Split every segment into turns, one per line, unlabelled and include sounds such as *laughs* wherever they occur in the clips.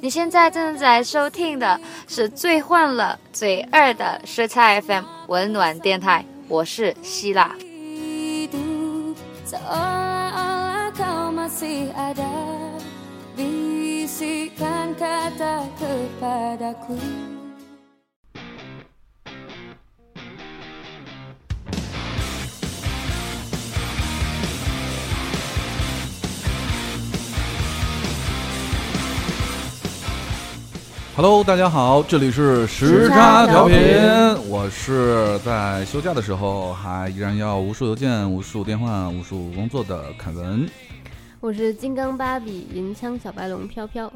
你现在正在收听的是最换了嘴二的水菜 FM 温暖电台，我是希
*laughs*
腊。
Seolah-olah kau masih ada Bisikan kata kepadaku
哈喽，大家好，这里是时差调频，我是在休假的时候还依然要无数邮件、无数电话、无数工作的凯文。
我是金刚芭比银枪小白龙飘飘，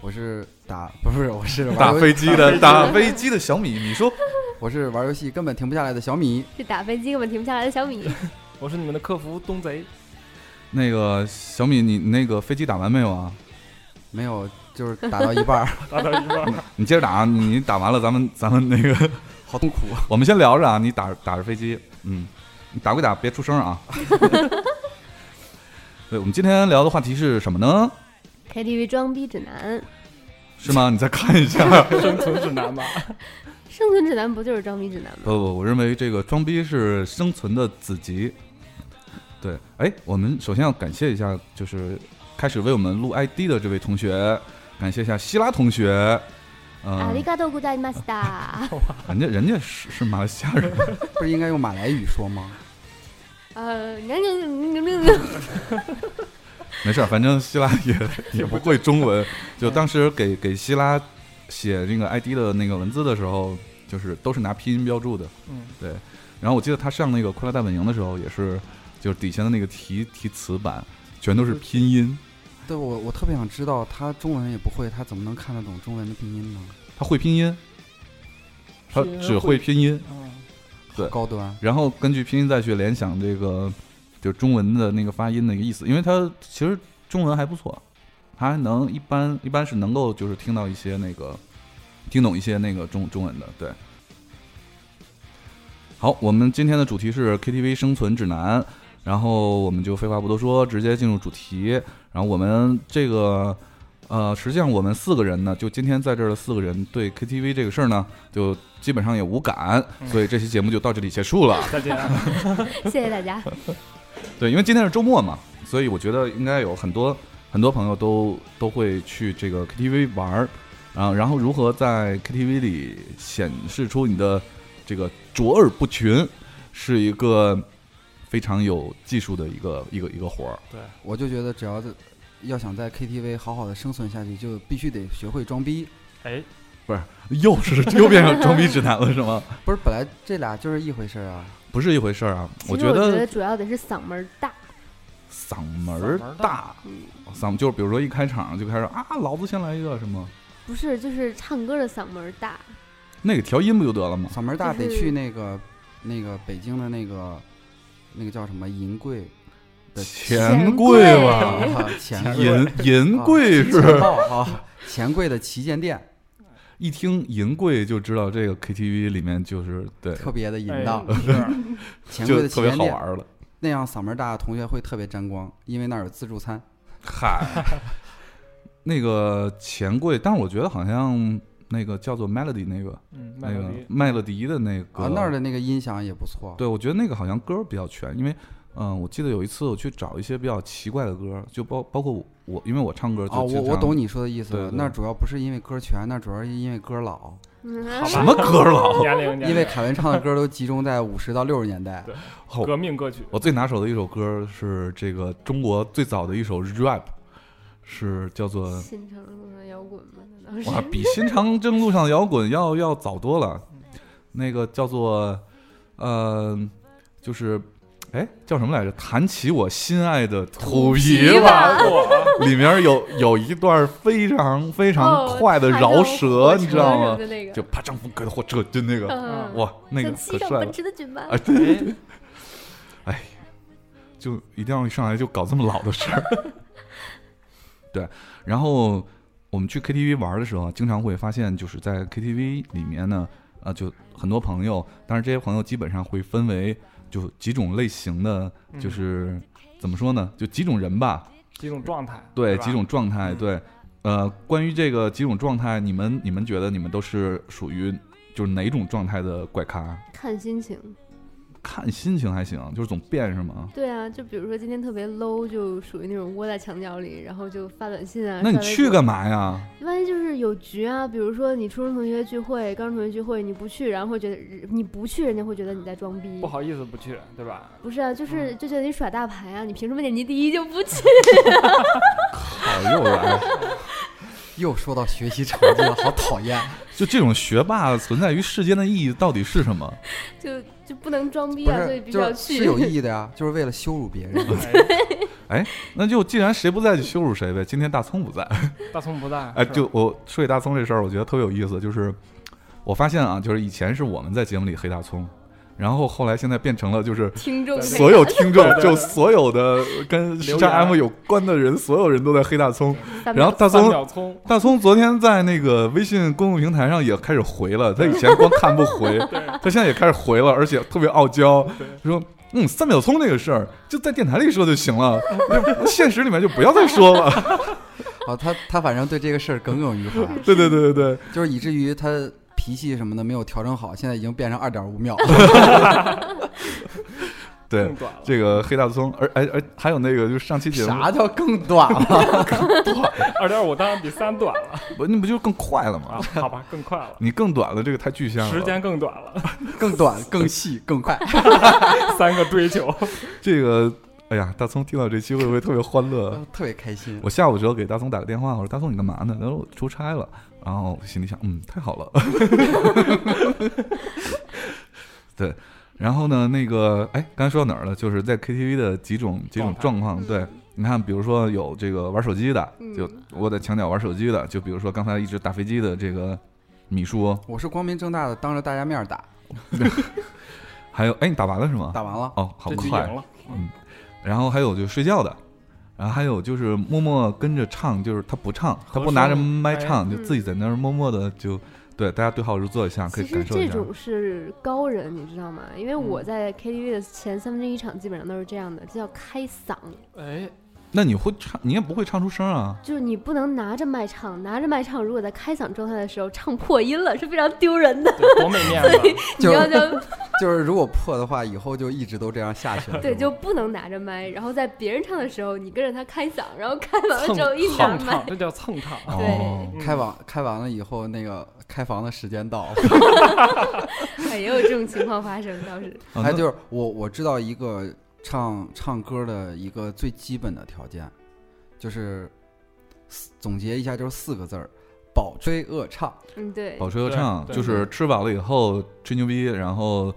我是打不是我是玩
打
游
飞机的打飞机的小米，你说
我是玩游戏根本停不下来的小米，
是打飞机根本停不下来的小米。
我是你们的客服东贼，
那个小米，你那个飞机打完没有啊？
没有就是打到一半儿，
打到一半儿，
你接着打，你打完了咱们咱们那个， *laughs*
好痛苦。
我们先聊着啊，你打打着飞机，嗯，你打归打，别出声 *laughs* 啊。对，我们今天聊的话题是什么呢？
KTV 装逼指南，
是吗？你再看一下。
生存指南吧。
生存指南不就是装逼指南吗？
不不，我认为这个装逼是生存的子集。对，哎，我们首先要感谢一下，就是开始为我们录 ID 的这位同学，感谢一下希拉同学。嗯、
阿里嘎多古达伊玛斯
*laughs*
达，
人家人家是是马来西亚人， *laughs*
不是应该用马来语说吗？
呃，你看你你你
没事儿，反正希拉也 *laughs* 也不会中文。就当时给给希拉写这个 ID 的那个文字的时候，就是都是拿拼音标注的。
嗯，
然后我记得他上那个《快乐大本营》的时候，也是就是底下的那个题题词版全都是拼音。
对我我特别想知道他中文也不会，他怎么能看得懂中文的拼音呢？
他会拼音，他只会拼音，
嗯，
对
高端。
然后根据拼音再去联想这个就中文的那个发音的一个意思，因为他其实中文还不错，他还能一般一般是能够就是听到一些那个听懂一些那个中中文的，对。好，我们今天的主题是 KTV 生存指南，然后我们就废话不多说，直接进入主题。然后我们这个，呃，实际上我们四个人呢，就今天在这儿的四个人对 KTV 这个事儿呢，就基本上也无感，
嗯
所以这期节目就到这里结束了。
再见啊。
谢谢大家。
对，因为今天是周末嘛，所以我觉得应该有很多很多朋友都都会去这个 KTV 玩儿，啊，然后如何在 KTV 里显示出你的这个卓尔不群，是一个非常有技术的一个一个一个活儿。
我就觉得只要在要想在 KTV 好好的生存下去，就必须得学会装逼。
哎，
不是，又是又变成装逼指南了是吗？
不是，本来这俩就是一回事儿啊。
不是一回事儿啊，
其实
觉
我觉
得
得主要得是嗓门儿大，
嗓门儿
嗓门儿
大
大，
嗯，
嗓门就是比如说一开场就开始啊，老子先来一个什么，
不是就是唱歌的嗓门儿大，
那个调音不就得了吗？
嗓门大
就
得
是
去那个那个北京的那个那个叫什么银柜的
钱
贵
贵吧。
啊钱啊柜
银
*laughs*
银柜
情
是
报啊， *laughs* 钱柜的旗舰店
一听银柜就知道这个 KTV 里面就是对，
特别的淫荡，
哎是
钱柜
就
的旗
特别
舰
好
店 *laughs*
玩了。
那样嗓门大的同学会特别沾光，因为那儿有自助餐。
嗨，那个钱柜，但是我觉得好像那个叫做 Melody 那个
嗯，
那
麦
个
克迪，
麦乐迪的那个
啊，那儿的那个音响也不错。
对，我觉得那个好像歌比较全，因为嗯，我记得有一次我去找一些比较奇怪的歌，就包包括我我，因为我唱歌就
啊，我我懂
你
你说的意思
对
了。
对
那主要不是因为歌全，那主要是因为歌老，
嗯
好吧
什么歌了， *laughs*
年龄，年龄
因为凯文唱的歌都集中在五十到六十年代。
对
好
革命歌曲，
我最拿手的一首歌是这个中国最早的一首 rap，是叫做
新城路上摇滚嘛，难道
哇，
是？
比新长征路上摇滚要要早多了。那个叫做，呃，就是，哎，叫什么来着？弹起我心爱的土
皮
琵
吧
琶，里面有有一段非常非常
哦
快的
看
饶
到
舌，
火
你知
车
道
什么
吗？
的那个，
就啪张风格的火车，就那个，
嗯，
哇，那个
像
可帅
骑上
了
奔。驰的骏马
哎，，对对
嗯
对，哎，就一定要一上来就搞这么老的事儿。 *laughs* 对，然后我们去 KTV 玩的时候啊，经常会发现，就是在 KTV 里面呢，啊，就很多朋友，但是这些朋友基本上会分为就几种类型的，
嗯
就是、怎么说呢，就几种人吧。
几种状态，
对
是吧
几种状态，
嗯
对，呃，关于这个几种状态，你们你们觉得你们都是属于就是哪种状态的怪咖？
看心情。
看心情还行，就是总变是吗？
对啊，就比如说今天特别 low，就属于那种窝在墙角里，然后就发短信啊。
那你
刷微
去
博
干？嘛呀？
万一就是有局啊，比如说你初中同学聚会、高中同学聚会，你不去，然后会觉得你不去，人家会觉得你在装逼。
不好意思不去，对吧？
不是啊，
嗯
就是就觉得你耍大牌啊，你凭什么年级第一就不去？ *laughs*
哎呦喂，
又说到学习成绩了，好讨
*laughs*
厌。
就这种学霸存在于世间的意义到底是什
*laughs*
么？
就就不能装逼
不
啊，所以
是，
必须
就
要
是
*laughs* 去。
是有意义的呀，就是为了羞辱别人。
哎
那就既然谁不在就羞辱谁呗。今天大葱不
*laughs*
在，
大葱不在，
哎，
是吧
就我说起大葱这事儿，我觉得特别有意思，就是我发现啊，就是以前是我们在节目里黑大葱，然后后来现在变成了就是
听众
对
所有听众
*laughs* 对，对
就所有的跟时
留
差
言
M 有关的人，所有人都在黑大葱。
三
然
秒
后大
三
葱，
秒葱，
大葱昨天在那个微信公众平台上也开始回
*laughs*
了，他以前光看不回，他现在也开始回了，而且特别傲娇
对，
说。嗯，三秒葱这个事儿就在电台里说就行了，就现实里面就不要再说了。 *laughs*
好，啊他他反正对这个事儿耿耿于怀，
对对对对对，
就是以至于他脾气什么的没有调整好，现在已经变成二点五秒了。
对
更短了。
这个黑大葱，而而而还有那个，就是上期节目，
啥叫更短了？
二点五当然比三
*laughs*
短了
不那不就更快了吗
啊？，好吧，更快了，
你更短了，这个太具象了。
时间更短了， *laughs*
更短、更细、更快。
三个追求，
这个，哎呀，大葱听到这期会不会特别欢乐？
特别开心。
我下午的时候给大葱打个电话，我说大葱你干嘛呢？他说我出差了。然后我心里想，嗯，太好了。 *laughs* 对，然后呢，那个，哎，刚才说到哪儿了？就是在 KTV 的几种几种状况。对，你看，比如说有这个玩手机的，就我在墙角玩手机的，就比如说刚才一直打飞机的这个米叔，
我是光明正大的当着大家面儿打，
还有，哎，你打完了是吗？
打完
*laughs*
了，
哦，好
这局
快
赢。了，
然后还有就是睡觉的，然后还有就是默默跟着唱，就是他不唱，他
和
不拿着
声
麦
哎
唱，就自己在那儿默默的就对大家对号入座一下，可
其
以
实
感受一下。
这
嗯
种是高人，你知道吗？因为我在 KTV 的前三分之一场基本上都是这样的，这叫开嗓，
哎，
那你会唱，你也不会唱出声啊？
就是你不能拿着麦唱，拿着麦唱，如果在开嗓状态的时候唱破音了，是非常丢人的。 *laughs*
对，多没面子，
你
就
要
是
叫
就是如果破的话，以后就一直都这样下去了。
对，
是
就
吗
不能拿着麦，然后在别人唱的时候，你跟着他开嗓，然后开完了
蹭
之后一拿
蹭
麦
唱，，这叫蹭唱，
对
哦，
开完开完了以后，那个开房的时间到了。
哎也有这种情况发生，倒是。
啊
还有
那
哎就是我我知道一个唱唱歌的一个最基本的条件，就是四总结一下就是四个字儿：饱吹恶唱。
嗯，对，
保吹合
对
唱，
对
就是吃饱了以后吹牛逼，然后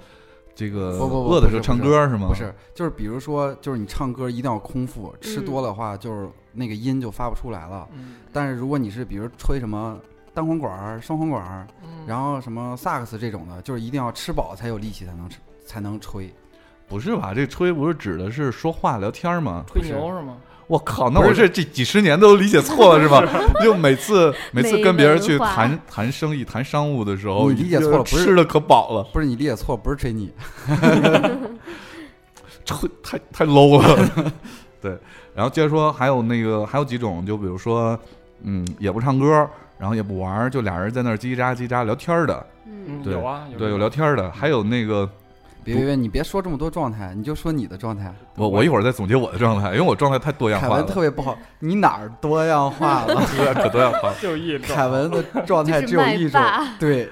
这个
不不不
饿的
不
时
是
候
不
唱
是
歌是吗？
不是，就是比如说，就是你唱歌一定要空腹，吃多
嗯
了的话，就是那个音就发不出来了。
嗯，
但是如果你是比如吹什么单簧管儿、双簧管儿，
嗯
然后什么萨克斯这种的，就是一定要吃饱才有力气才能吃才能吹。
不是吧？这吹不是指的是说话聊天吗？
吹牛是吗？
我靠，那我这这几十年都理解错了
*laughs*
是吧？就每次每次
没
跟别人去
文化
谈谈生意、谈商务的时候，
你理解错了不是
吃的可饱了。
不是你理解错，不是吹你，
吹太太 low 了。 *laughs* 对，然后接着说，还有那个还有几种，就比如说，嗯，也不唱歌，然后也不玩儿，就俩人在那儿叽喳叽喳聊天儿的，
嗯
嗯，
对
有啊，
对，有
这
聊
种
天儿的，还有那个
别别别，你别说这么多状态，你就说你的状态。
我我一会儿再总结我的状态，因为我状态太多样
凯
化
文
了，
特别不好，你哪儿多样化
*laughs*
了？
对可多样化，
*laughs* 就一种
凯文的状态只有一
就是麦
种
霸，
对，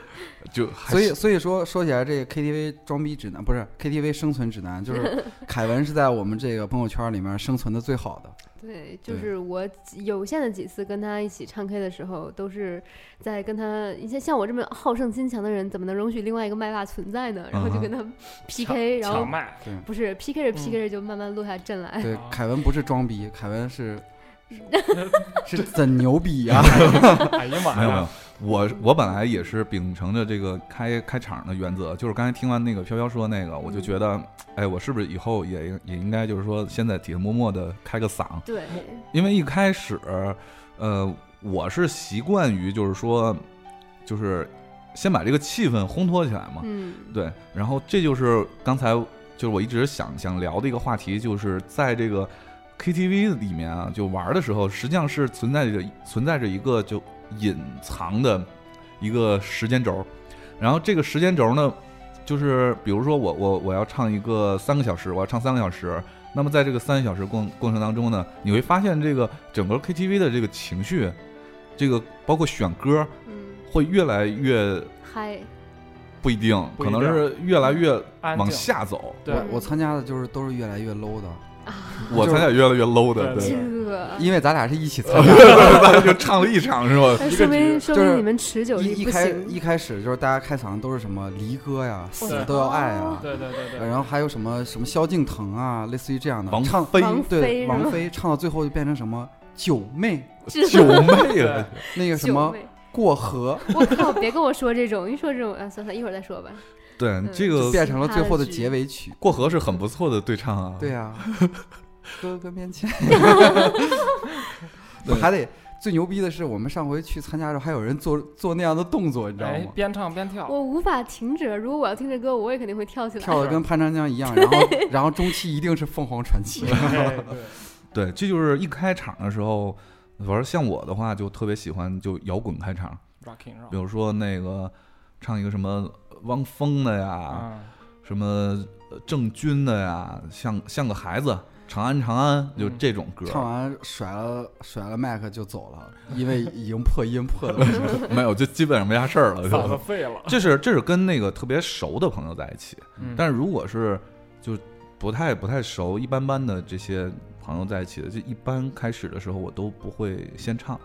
就还
所以
是
所以说说起来，这个 KTV 装逼指南不是 KTV 生存指南，就是凯文是在我们这个朋友圈里面生存的最好的。
对，就
对
是我几有限的几次跟他一起唱 K 的时候，都是在跟他，你像像我这么好胜心强的人，怎么能容许另外一个麦霸存在呢？然后
嗯
就
哼
跟他 PK，然后
抢麦，
不是 PK
嗯
着 PK 着就慢慢落下阵来。
对
啊，
凯文不是装逼，凯文是是怎牛逼呀、
哎呀妈
没有没有
呀，，
我我本来也是秉承着这个开开场的原则，就是刚才听完那个飘飘说那个，我就觉得，哎，我是不是以后也也应该就是说，先在底下默默的开个嗓，
对，
因为一开始，呃，我是习惯于就是说，就是先把这个气氛烘托起来嘛，
嗯，
对。然后这就是刚才就是我一直想想聊的一个话题，就是在这个 KTV 里面啊，就玩的时候，实际上是存在着存在着一个就隐藏的一个时间轴，然后这个时间轴呢，就是比如说我我我要唱一个三个小时，我要唱三个小时，那么在这个三个小时过过程当中呢，你会发现这个整个 KTV 的这个情绪，这个包括选歌
嗯，
会越来越
嗨，
不一定，
不一
可
定
能是越来越
安
往
静
下走。
对
我我参加的就是都是越来越 low 的，
我才越来越 low 的，
对
这
对，
个，
因为咱俩是一
*laughs*
起参加的，
大家就唱了一场是吧？
哎说明说
就是
明你们持久
一
力
一
不
开
行，
一开始就是大家开场都是什么离歌呀，死
对
都要爱啊，
对对对
呃
对，
然后还有什么什么萧敬腾啊，类似于这样的，
王
唱
菲
王菲
对
是
王
吗
菲唱到最后就变成什么九妹，
九妹
对
了，
那个什
九
么
妹
过河，
我靠，哦别跟我说这种，一说这种，啊，算了，一会儿再说吧。
对
嗯
这
就
个
变成了最后的结尾曲。
过河是很不错的对唱啊。
对 *laughs* 啊，哥哥面前，
对
我还得最牛逼的是，我们上回去参加的时候，还有人做做那样的动作，你知道
哎
吗，？
边唱边跳，
*laughs* 我无法停止，如果我要听着歌，我也肯定会跳起来。
跳的跟潘长江一样，然后然后中期一定是凤凰传奇。
哎
*laughs*
对，
对，这就是一开场的时候，反正像我的话就特别喜欢就摇滚开场，
rocking
比
roll，
如说那个唱一个什么汪峰的呀，
啊，
什么呃郑钧的呀，像像个孩子，长安长安就
嗯
这种歌。
唱完甩了甩了麦克就走了，因为已经破音破 *laughs* 的
没有，就基本上没啥事儿
*laughs*
了。
嗓
就
子嗯废了，
这是这是跟那个特别熟的朋友在一起，
嗯
但是如果是就不太不太熟，一般般的这些朋友在一起的，就一般开始的时候我都不会先唱，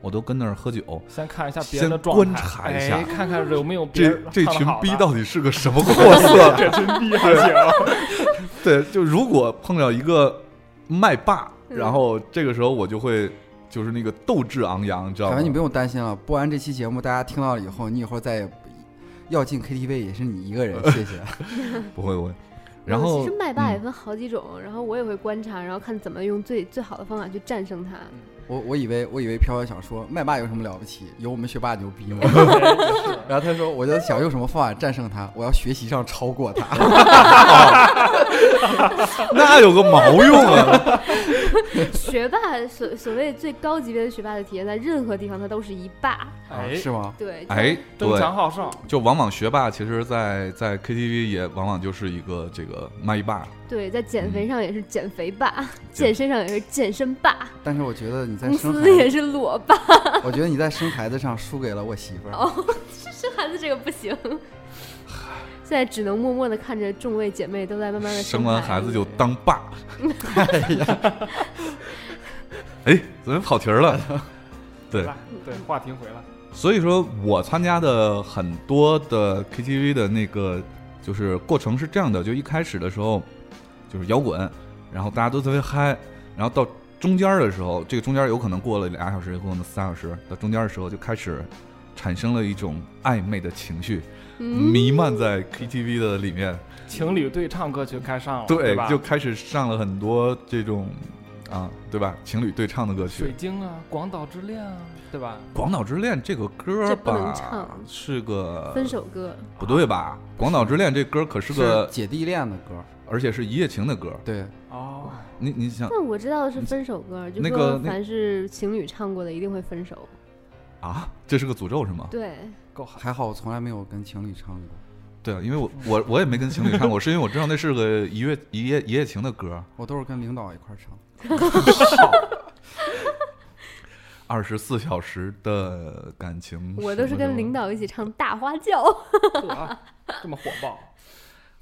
我都跟那儿喝酒，
先看一下别
先
人的状态，
观察一下
哎看看有没有别
这
人
这
唱得
群
好的
逼到啊底是个什么货
*laughs*
色？啊
这群逼还行，
对，就如果碰到一个麦霸，
嗯
然后这个时候我就会就是那个斗志昂扬，你知道
反
吗
正你？不用担心了，播完这期节目，大家听到了以后，你以后再也不要进 KTV 也是你一个人，谢谢。
不会不会。
嗯
然后
其实麦霸也
嗯
分好几种，然后我也会观察，然后看怎么用最最好的方法去战胜它。
我我以为我以为飘飘想说麦霸有什么了不起，有我们学霸牛
*laughs*
逼吗？
哎
然后他说我就想用什么方法战胜他，我要学习上超过他。
那有个毛用啊！
学霸所所谓最高级别的学霸的体验，在任何地方他都是一霸。
啊
也是，
是吗？
对，
哎，对
争，强好胜，
就往往学霸，其实在，在 KTV 也往往就是一个这个麦霸，
对，在减
嗯
肥上也是减肥霸，
对
健身上也是健身霸，
但是我觉得你在
公
生
司也
孩，
是裸霸。
我觉得你在生孩子上输给了我
嗯
媳妇儿。
哦， *laughs* 生孩子这个
*laughs*
不行。现在只能默默的看着众位姐妹都在慢慢的
生完孩子
子，
就当爸。 *laughs* 哎呀，哎，怎么跑题儿了？对，
来对，话题回来，
所以说我参加的很多的 KTV 的那个就是过程是这样的，就一开始的时候就是摇滚，然后大家都特别嗨，然后到中间儿的时候，这个中间儿有可能过了俩小时，有可能三小时，到中间儿的时候就开始产生了一种暧昧的情绪，
嗯，
弥漫在 KTV 的里面，
情侣对唱歌曲开上了，对
对
吧，？
就开始上了很多这种啊，对吧？情侣对唱的歌曲
水，晶啊，广岛之恋啊，对吧？
《广岛之恋》这个歌儿
这不能
吧
唱，
是个
分手歌，
不对吧？《广岛之恋》这歌可是个，
姐弟恋的歌，
而且是一夜情的歌。
对，
*laughs*
哦，
你你想
但我知道的是分手歌，就
嗯那个
说
那
凡是情侣唱过的一定会分手。
啊，这是个诅咒是吗？
对，
够狠，
还好我从来没有跟情侣唱过，
对啊，因为我我我也没跟情侣唱过，是因为我知道那是个一夜一夜一夜情的歌。
我都是跟领导一块儿唱。
二十四小时的感情，
我都是跟领
导，
导一起唱《大花轿》。
哇这么火爆，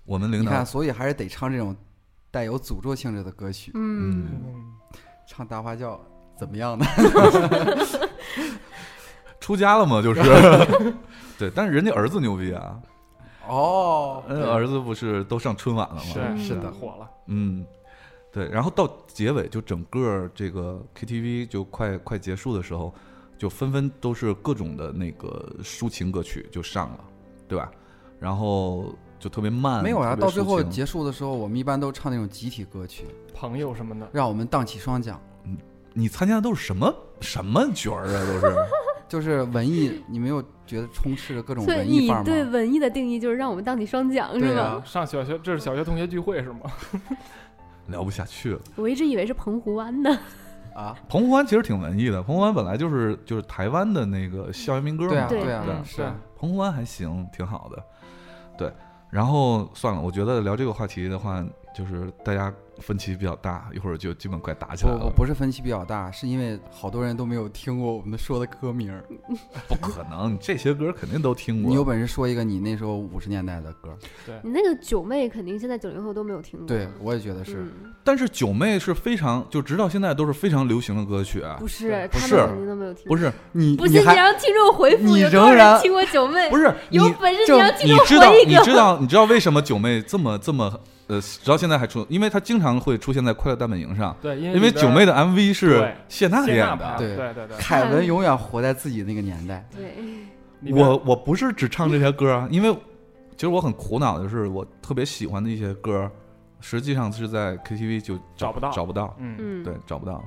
我们领
你看，
导，
所以还是得唱这种带有诅咒性质的歌曲。
嗯，
嗯，
唱大花轿怎么样呢？ *laughs*
出家了嘛，就是，
*laughs*
对，但是人家儿子牛逼啊，
哦
嗯，儿子不是啊都上春晚了吗？
是
是的
火了，
嗯，对，然后到结尾就整个这个 KTV 就快快结束的时候，就纷纷都是各种的那个抒情歌曲就上了，对吧？然后就特别慢，
没有啊，
嗯特别
到最
抒
后
情
结束的时候，我们一般都唱那种集体歌曲，
朋友什么的，
让我们荡起双桨。
你参加的都是什么什么角儿啊？都是 *laughs*
就是文艺，你没有觉得充斥着各种
所以
文艺
你
范儿
对
吗？
文艺的定义就是让我们荡起双桨，是
对
吗
啊？
上小学这是小学同学聚会是吗？
聊不下去了。
我一直以为是澎湖湾呢。 *laughs*
啊，
澎湖湾其实挺文艺的，澎湖湾本来就是就是台湾的那个校园民歌
对啊
嘛，
对
啊
嗯
是啊，
澎湖湾还行，挺好的。对，然后算了，我觉得聊这个话题的话，就是大家分歧比较大，一会儿就基本快打起来
我我
了。
不是分啊歧比较大，是因为好多人都没有听过我们说的歌名儿。
不可能，你这些歌肯定都听
你有
过。
本事说一个你那时候五十年代的歌，
你那个九妹肯定现在九零后都没有听过。
对我也觉得是。
嗯，
但是九妹是非常，就直到现在都是非常流行的歌曲啊，
不是，
不
他
是
们肯定都没有听
不
过。
是
你
不信你让听众回复，
你
有多少
仍然
人听过九妹？
不是你
有本事
就
你让听
你
众
知道
回一
你
个。
知道你知道为什么九妹这么这么呃，直到现在还出，因为她经常会出现在《快乐大本营》上，
*laughs* 对，因为
因为九妹的 MV 是
对
谢娜
谢
演
娜
的
拍。
对
对对对，
凯文永远活在自己那个年代。
对，
里面
我我不是只唱这些歌啊，因为其实我很苦恼的是，我特别喜欢的一些歌，实际上是在 KTV 就找
找不到
找不到，
嗯
嗯，
对，找不到。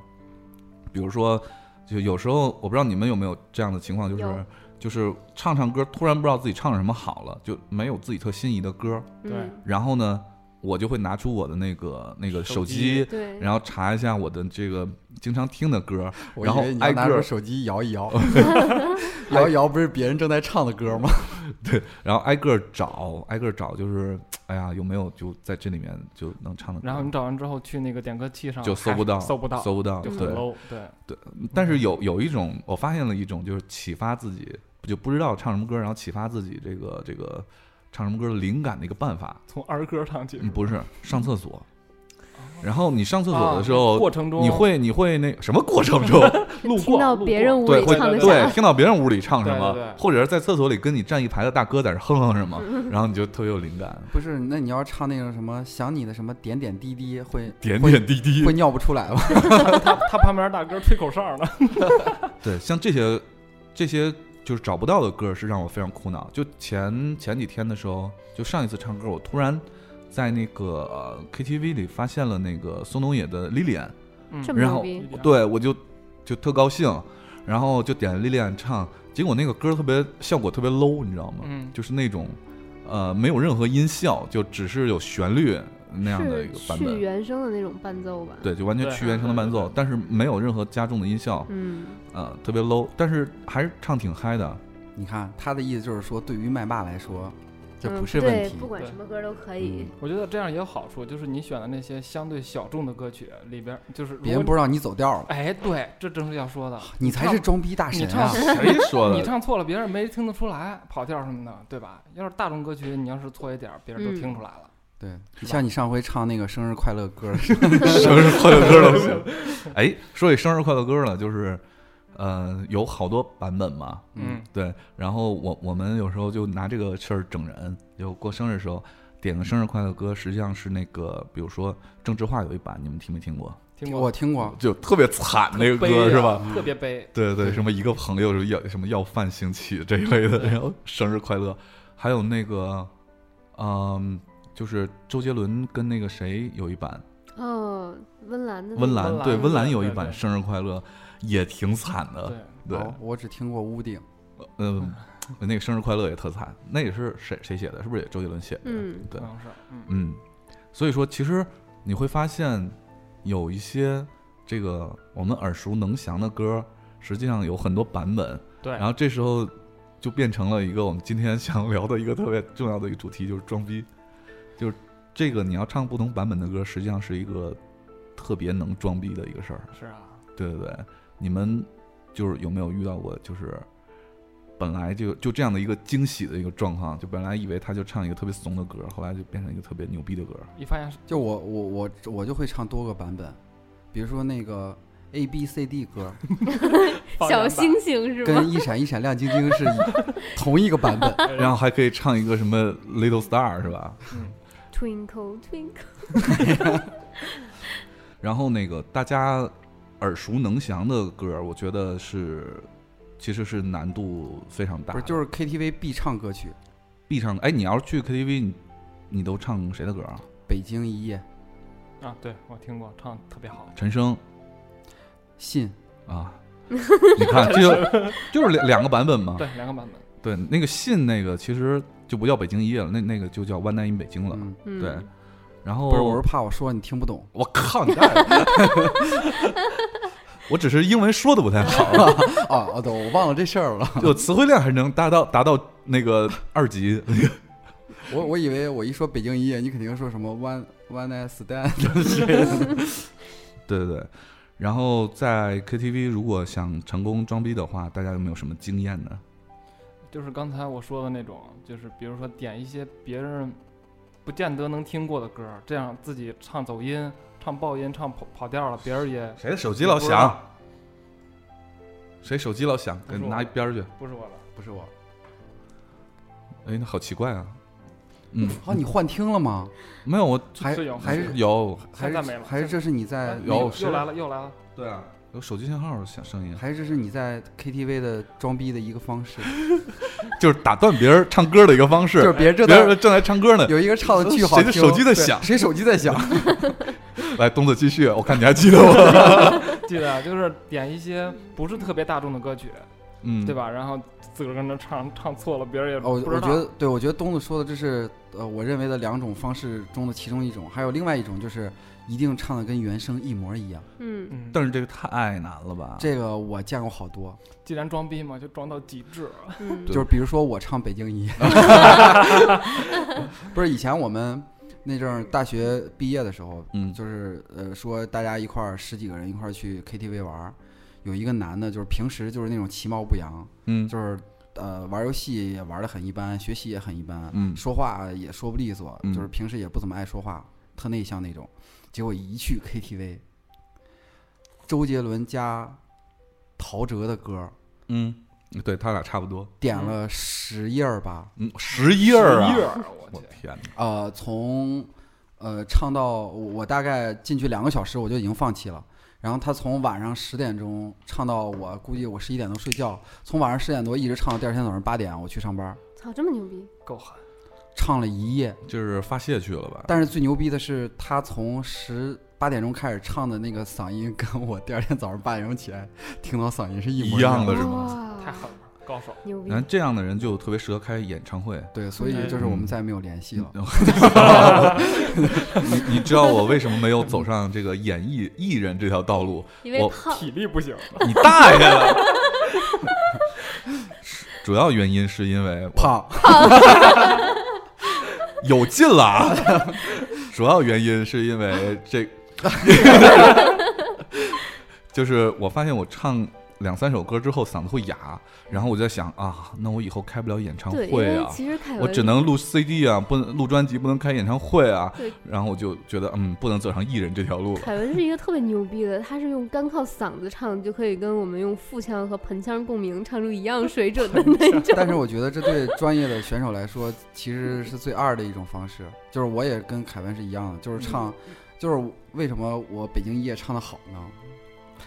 比如说，就有时候我不知道你们有没有这样的情况，就是
有
就是唱唱歌，突然不知道自己唱什么好了，就没有自己特心仪的歌，
嗯
然后呢，我就会拿出我的那个那个手
手机
机。
对，
然后查一下我的这个经常听的歌，
我
然后
以为你要
挨
拿
个
着手机摇一 *laughs* 摇，摇一摇不是别人正在唱的歌吗？
然后挨个儿找，挨个儿找，就是哎呀，有没有就在这里面就能唱的歌？
然后你找完之后去那个点歌器上
就搜不到，
还是嗯搜不到，
搜不到。
就很
对，
low。对，
但是有有一种，我发现了一种，就是启发自己，就不知道唱什么歌，然后启发自己这个这个唱什么歌的灵感的一个办法。
从儿歌上去
嗯，不是上厕所，然后你上厕所的时
哦啊
候，
过程中
你会你会那什么过程中，
路
听
过
到
路
别
过
人屋
对
里
会
唱
*laughs*
的
对
啥？
听到别人屋里唱什
对对
么
对，
或者是在厕所里跟你站一排的大哥在那哼哼
*laughs*
什么，然后你就特别有灵感。
不是，那你要唱那个什么想你的什么点点滴滴，会
点点滴滴
会，尿不出来吧？
他他旁边大哥吹口哨呢，
*laughs*
对，像这些这些就是找不到的歌是让我非常苦恼。就前前几天的时候，就上一次唱歌，我突然在那个、呃 KTV 里发现了那个松东野的《Lilian
嗯
这》，么
然
牛
后
逼，
对我就就特高兴，然后就点《Lilian》唱，结果那个歌特别效果特别 low，你知道吗？
嗯，
就是那种呃没有任何音效，就只是有旋律那样的一
是
个版
去
本。
原声的那种伴奏吧？，
对，就完全
对
去原声的伴奏，但是没有任何加重的音效，
嗯，
呃，特别 low，但是还是唱挺嗨的。
你看他的意思就是说，对于麦霸来说，这
嗯
不是问
对
题。
不管
对
什么歌都可以。
我觉得这样也有好处，就是你选的那些相对小众的歌曲里边，就是如
别
果
人不知道你走调了，
哎，对，这正是要说的，
你才是装逼大
你
神
唱
啊！
谁说
你唱错了，别人没听得出来，跑调什么的，对吧？要是大众歌曲，你要是错一点儿，别
嗯
人都听出来了。
对，
吧
像你上回唱那个生日快乐歌
*laughs*
的时候，
生日快乐歌都行。哎，说起生日快乐歌了，就是呃，有好多版本嘛。
嗯
嗯，
对，然后我我们有时候就拿这个事儿整人，就过生日的时候点个生日快乐歌，实际上是那个，比如说郑智化有一版，你们听没听过？
听过
我听过，
就特别惨那个歌、
悲啊
是吧？？
特别悲。
对对，什么一个朋友是要什么要饭兴起这一类的，
对
然后生日快乐，还有那个，嗯，就是周杰伦跟那个谁有一版，
哦，温岚的
嗯
那
温
个
岚
嗯温岚
对温岚
对
有一
对
版《
对
生日快乐》，也挺惨的。
对，
对，
哦我只听过屋顶。
嗯，那个《生日快乐》也特惨，那也是谁谁写的？是不是也周杰伦写的？
嗯
对
可，能是，嗯，
嗯，所以说其实你会发现有一些这个我们耳熟能详的歌，实际上有很多版本，
对。
然后这时候就变成了一个我们今天 *laughs* 想聊的一个特别重要的一个主题，就是装逼，就是这个你要唱不同版本的歌，实际上是一个特别能装逼的一个事儿。
是啊，
对对对，你们就是有没有遇到过就是本来就就这样的一个惊喜的一个状况？就本来以为他就唱一个特别怂的歌，后来就变成一个特别牛逼的
*laughs*
歌。
一发现是
就我我我我就会唱多个版本，比如说那个 A B C D 歌，
放
小
羊吧
星星是吗？
跟一闪一闪亮晶晶是 *laughs* 一同一个版本。
然后还可以唱一个什么 Little Star 是吧？
Twinkle Twinkle，
然后那个大家耳熟能详的歌，我觉得是其实是难度非常大
不
的。
是，就是 KTV 必唱歌曲《
必唱。哎，你要是去 KTV，你你都唱谁的歌啊？
北京一夜》
啊，对我听过，唱得特别好。
陈升
信 *laughs*
啊。你看，这就就是两两个版本嘛。
对，两个版本。
对，那个信那个其实就不叫北京一夜了，那那个就叫万代因北京了。
嗯，
嗯
对，然后
不是，我
*laughs*
是怕我说你听不懂。
我靠你大爷！ *laughs* 我只是英文说的不太 *laughs* 好，
啊啊，对，我忘了这事儿了。
就词汇量还是能达到达到那个二级。 *laughs*
我我以为我一说北京一夜，你肯定说什么 one one night stand *laughs* 之类的。
对对对。然后在 KTV 如果想成功装逼的话，大家有没有什么经验呢？
就是刚才我说的那种，就是比如说点一些别人不见得能听过的歌，这样自己唱走音、唱爆音、唱跑跑调了，别人也
谁的手机老响？谁手机老响？给拿一边儿去。
不是我了。
不是我，
哎，那好奇怪啊。嗯，
啊，你幻听了吗？
没有，我
还
是有
还是
有，
还
现
是
在没了
还是这是你在
哎
那
有
个
又
谁
又来了，又来了。
对啊，有手机信号响声音，
还是这是你在 KTV 的装逼的一个方式，
就是打断别人唱歌的一个方
就
式
是。别人正
别
在
人正在唱歌呢，
有一个唱的巨好
谁
听，
的手机在
对
响
谁手机在响？
来，东子继续，我看你还记得
*laughs*
我，
记得啊就是点一些不是特别大众的歌曲，
嗯，
对？吧？然后自个儿跟着唱，唱错了，别人也
哦，我
*laughs* 不
我
知
觉
道。
得，对我觉得东子说的这是呃，我认为的两种方式中的其中一种，还有另外一种就是一定唱的跟原声一模一样，啊
嗯，
嗯，
但是这个太难了吧？
这个我见过好多，
既然装逼嘛，就装到极致。
*laughs*
嗯
对
就是比如说我唱《北
*laughs*
京一》，不是以前我们那阵儿大学毕业的时候，
嗯
就是呃说大家一块儿十几个人一块儿去 KTV 玩儿，有一个男的，就是平时就是那种其貌不扬，
嗯
就是呃玩儿游戏也玩的很一般，学习也很一般，
嗯
说话也说不利索，
嗯
就是平时也不怎么爱说话，特内向那种。结果一去 KTV，周杰伦加陶喆的歌，
嗯，对他俩差不多，
点了十页儿吧，
嗯，十一儿啊
十一，儿我
我
去，
天哪，
呃，从呃唱到我我大概进去两个小时，我就已经放弃了。然后他从晚上十点钟唱到我估计我十一点多睡觉，从晚上十点多一直唱到第二天早上八点，我去上班，
操，这么牛逼！
够狠。
唱了一夜。
就是发泄去了吧？
但是最牛逼的是，他从十八点钟开始唱的那个嗓音，跟我第二天早上八点钟起来听到嗓音是一模
一样
的。
的是吗
哇，
太狠了，高手。
牛逼
然！后这样的人就特别适合开演唱会。
对，所以就是我们再也没有联系了。
你 *laughs* 你知道我为什么没有走上这个演艺艺人这条道路？
因
我
为胖，
体力不行，
你大爷了！ *laughs* 主要原因是因为我
胖，
有劲了啊！ *laughs* 主要原因是因为这， *laughs* 就是我发现我唱两三首歌之后嗓子会哑，然后我就在想啊，那我以后开不了演唱
对，因
会
为
啊，
其实凯文，
我只能录 CD 啊，不能录专辑，不能开演唱会啊
对，
然后我就觉得嗯，不能走上艺人这条路了。
凯文是一个特别牛逼的，他是用干靠嗓子唱，就可以跟我们用腹腔和盆腔共鸣唱出一
*laughs*
样水准的那种。 *laughs*
但是我觉得这对专业的选手来说，其实是最二的一种方式。就是我也跟凯文是一样的，就是唱，就是为什么我北京一夜唱的好呢？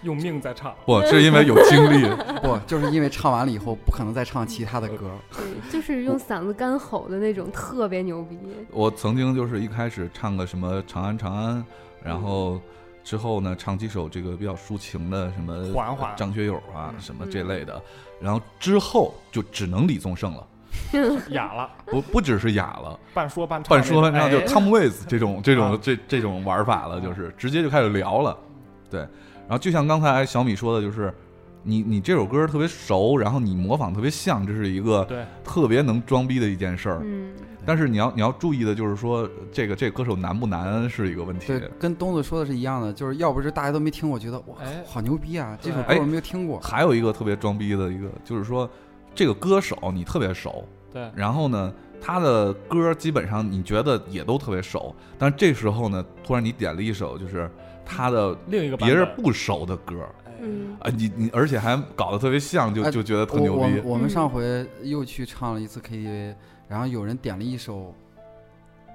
用命在唱。
不，是因为有经历，
不，就是因为唱完了以后不可能再唱其他的歌。
对，嗯就是用嗓子干吼的那种，特别牛逼。
我曾经就是一开始唱个什么《长安长安》，然
嗯
后之后呢唱几首这个比较抒情的什么
缓缓
张学友啊
嗯
什么这类的，然后之后就只能李宗盛了，
哑了，
不不只是哑了，
半说半唱那
半说
种，
半唱就
嗯哎
Tom Waits 这
*laughs*
种这种
啊嗯
这这种玩法了，就是直接就开始聊了，对，然后就像刚才小米说的，就是。你你这首歌特别熟，然后你模仿特别像，这是一个
对
特别能装逼的一件事儿。
嗯，
但是你要你要注意的就是说，这个这个歌手难不难是一个问题。
对，跟东子说的是一样的，就是要不是大家都没听，我觉得哇
哎，
好牛逼啊！这
对
首歌我没有听过。
还有一个特别装逼的一个，就是说这个歌手你特别熟，
对，
然后呢，他的歌基本上你觉得也都特别熟，但是这时候呢，突然你点了一首就是他的
另一个版
别人
本哎
不熟的歌，
嗯，
啊，你你而且还搞得特别像，就
哎
就觉得特
我
牛
我
逼。
我
嗯
们上回又去唱了一次 KTV，然后有人点了一首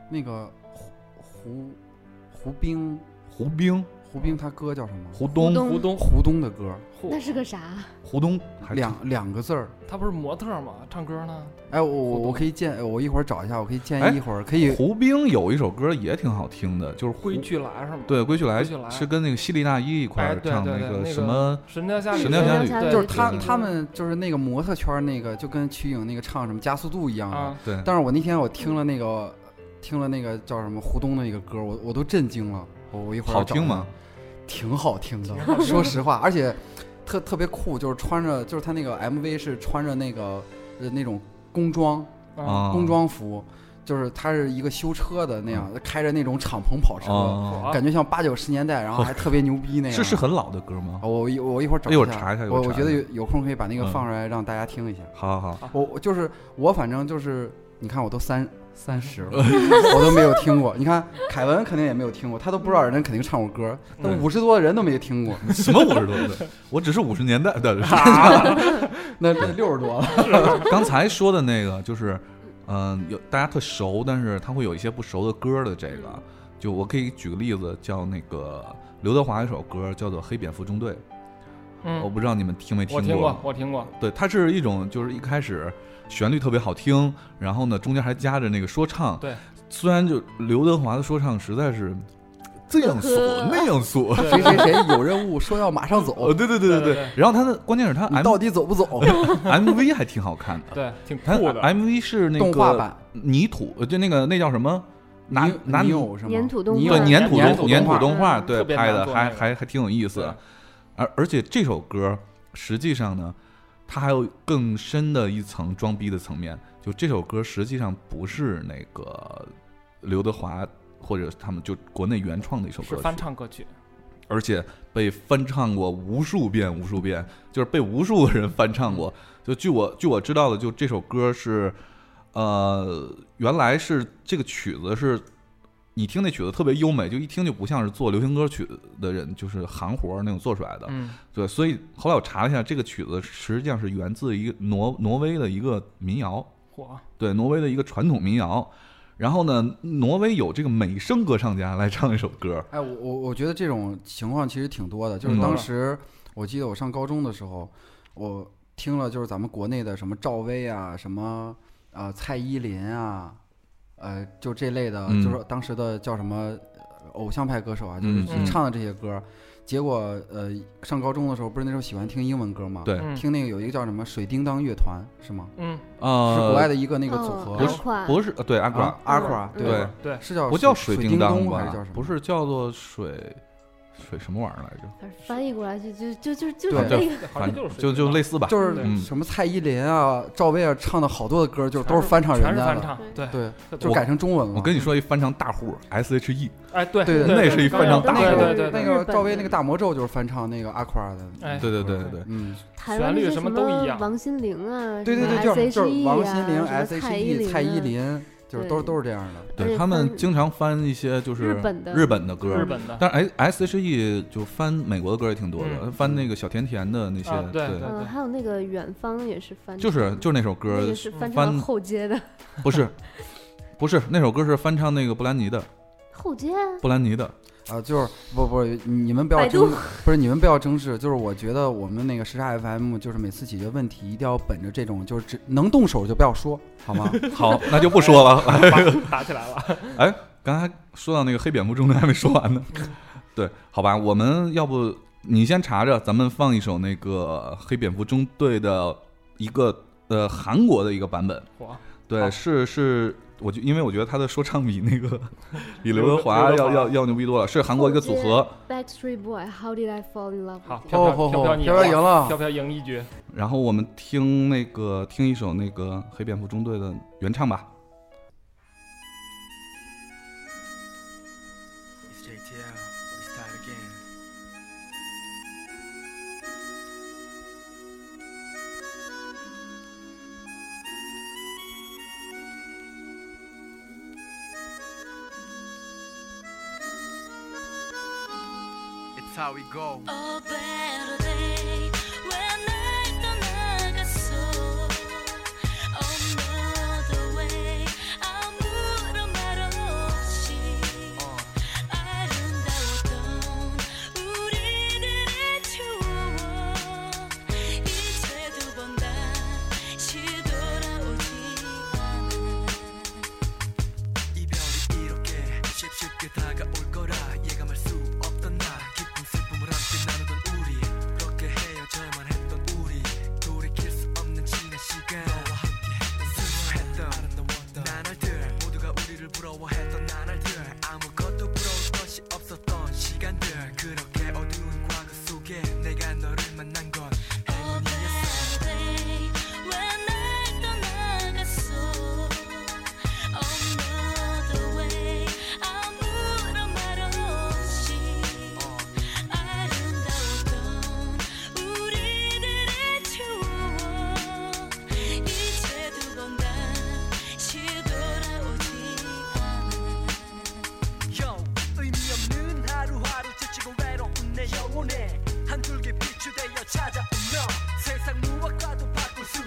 那个胡胡胡兵
胡兵、
胡兵他哥叫什么？
胡
胡
东、
东
东
胡东的歌，
嚯
那是个啥？
胡东还
两两个字儿。
他不是模特吗？唱歌呢？
哎，我我
胡
我
东
可以建，我一会儿找一下，我可以
哎
建议一会儿可以。
胡兵有一首歌也挺好听的，就是胡
归去来是吗？，
对《归去来
归去来》
是跟那个希利娜伊一块
哎
儿
对
唱
对
那
对那
个
个
什么。
《神雕侠侣》
神雕侠侣
就
对
是他
对对
他们就是那个模特圈儿那个，就跟瞿颖那个唱什么加速度一样的。
啊，
对，
但是我那天我听了那个听了那个叫什么胡东的一个歌，我我都震惊了。我我一会儿要
好听吗？
找？挺好听的，说实话，而且特特别酷，就是穿着，就是他那个 MV 是穿着那个呃那种工装
啊，
啊，
工装服，就是他是一个修车的那样，开着那种敞篷跑车，
啊，
感觉像八九十年代，然后还特别牛逼那
啊
样。
*laughs* 是是很老的歌吗
啊，？我一我一会儿找
一会儿查一下一会
我
儿
我
查
觉得
一
有
下
有空可以把那个
嗯
放出来让大家听一下。
好好好，
我我就是我，反正就是你看，我都三三十
*laughs*
了，我都没有听过。你看凯文肯定也没有听过，他都不知道人家肯定唱过歌，那
嗯
五十多的人都没
*laughs*
听过，
什么五十多岁？ *laughs* 我只是五十年代的。
*laughs*
那那六
*laughs*
十多了。
刚才说的那个就是，嗯、有大家特熟，但是他会有一些不熟的歌的这个，就我可以举个例子，叫那个刘德华有一首歌叫做《黑蝙蝠中队》，我
嗯，
不知道你们听没哦听
我听过，我
*laughs*
听过，
对，它是一种就是一开始旋律特别好听，然后呢中间还夹着那个说唱。
对，
虽然就刘德华的说唱实在是这样俗那样俗， *laughs*
谁谁谁有任务说要马上走
哦，，对对对
对
对
对对。
然后他的关键是他
你
M
到底走不走？
呃 MV 还挺好看的，
对，挺
他
酷的。
MV 是那个
动画版
泥土，呃，就那个那叫什么？拿
你
拿
你有什么？
粘土动
你
画
对
有
粘土
粘土
粘
动画
土动画
嗯
对
特别
拍
难
的
做
还
那个
还还挺有意思
对。
而而且这首歌实际上呢，它还有更深的一层装逼的层面。就这首歌实际上不是那个刘德华或者他们就国内原创的一首
是
歌
翻
曲，
唱歌曲，
而且被翻唱过无数遍无数遍，就是被无数个人翻唱过。就据我据我知道的，就这首歌是，呃，原来是这个曲子是，你听那曲子特别优美，就一听就不像是做流行歌曲的人，就是行活儿那种做出来的。
嗯，
对，所以后来我查了一下，这个曲子实际上是源自一个挪挪威的一个民谣，
火，
对，挪威的一个传统民谣。然后呢，挪威有这个美声歌唱家来唱一首歌，
哎，我我我觉得这种情况其实挺多的，就是
嗯
当时我记得我上高中的时候，我听了就是咱们国内的什么赵薇啊，什么呃蔡依林啊，呃就这类的，
嗯
就是当时的叫什么呃偶像派歌手啊，就是
嗯
就唱的这些歌。结果呃上高中的时候，不是那时候喜欢听英文歌吗？
对
嗯
听那个有一个叫什么水叮当乐团是吗？
嗯，
是国外
呃，
的一个那个组
哦
合，
阿胯
不是，呃对阿瓜、
啊阿 a
嗯
对，
对，
是叫
不叫
水
水
叮
当
还
吧？
是叫什么？
不是叫做水水什么玩意儿来着？
反正翻译过来就就就就就是
对
*laughs*
那个
好
反
像
正
是
就就类似吧。
就是
对
嗯
什么蔡依林啊、赵薇啊唱的好多的歌，就
全
都是翻唱人
全是
家
翻
的，
唱，对
对，
特别
就改成中文了。
我跟你说，一翻唱大户 S H E，
哎，对
对
那是一翻唱大
那个
对对对
那
对
个
日本
赵薇
的
那个大魔咒就是翻唱那个阿 a 的，
哎，
对对对对对。
嗯，
台湾那
旋
些
律什么都一样
王心凌啊，
对对对，
什
就
么
是就是
SHE
王
啊
心凌、
什么
S.H.E、蔡依
啊，
林，就是都是都是这样的。
而且
对他们
翻
经常翻一些就是
啊日本的
日本的歌
日
儿，
本的，
但是 S S H E 就翻美国的歌也挺多的，
嗯
翻那个小甜甜的那些
啊，对对
嗯，还有那个远方也是
*laughs*
翻唱，
就是就是那首
那
歌
个，是
嗯
翻
翻
唱后街的
不是不是那首歌是翻唱那个布兰妮的，
后街啊，
布兰妮
*laughs*
的
啊，就是不不，你们不要
百
争 *laughs*
度，
不是你们不要争执，就是我觉得我们那个时差 FM，就是每次解决问题一定要本着这种，就是只能动手就不要说，好吗？
好，那就不说了。
打打起来了，
刚才说到那个黑蝙蝠中队还没说完呢，
嗯
*laughs* 对，好吧，我们要不你先查着，咱们放一首那个黑蝙蝠中队的一个呃韩国的一个版本，
火，
对，
好
是是，我就因为我觉得他的说唱比那个比刘
刘
德
德 *laughs*
华
刘德
要
华哦
要要牛逼多了，是韩国一个组合。
Backstreet Boy，How did I fall in love？
好
with
飘
哦
飘
吼
飘
吼，飘
飘你
飘赢了
飘，飘赢一局，
然后我们听那个听一首那个黑蝙蝠中队的原唱吧。
It's JTL. It's tied again. It's how we go.
Oh, better day when I 떠나갔어. Another way 아무런 말 없이 아름다웠던 우리들의 추억 이제 두 번 다시 돌아오지 않아.
이별이 이렇게 쉽쉽게 다가올 거라 예감할 수 없던 나 기쁨 슬픔을 함께 나누던 우리 너를 부러워했던 나날들 아무것도 부러울 것이 없었던 시간들 그렇게 어두운 과거 속에 내가 너를 만난 건
Oh baby, when I 떠나갔어 Another way 아무런 말 없이 아름다웠던 우리들의 추억 이제 두 번 다시 돌아오지 않아
Yo, 의미 없는 하루하루 지치고 외로운 내 영혼에 한줄기 빛이 되어 찾아온 너 세상 무엇과도 바꿀 수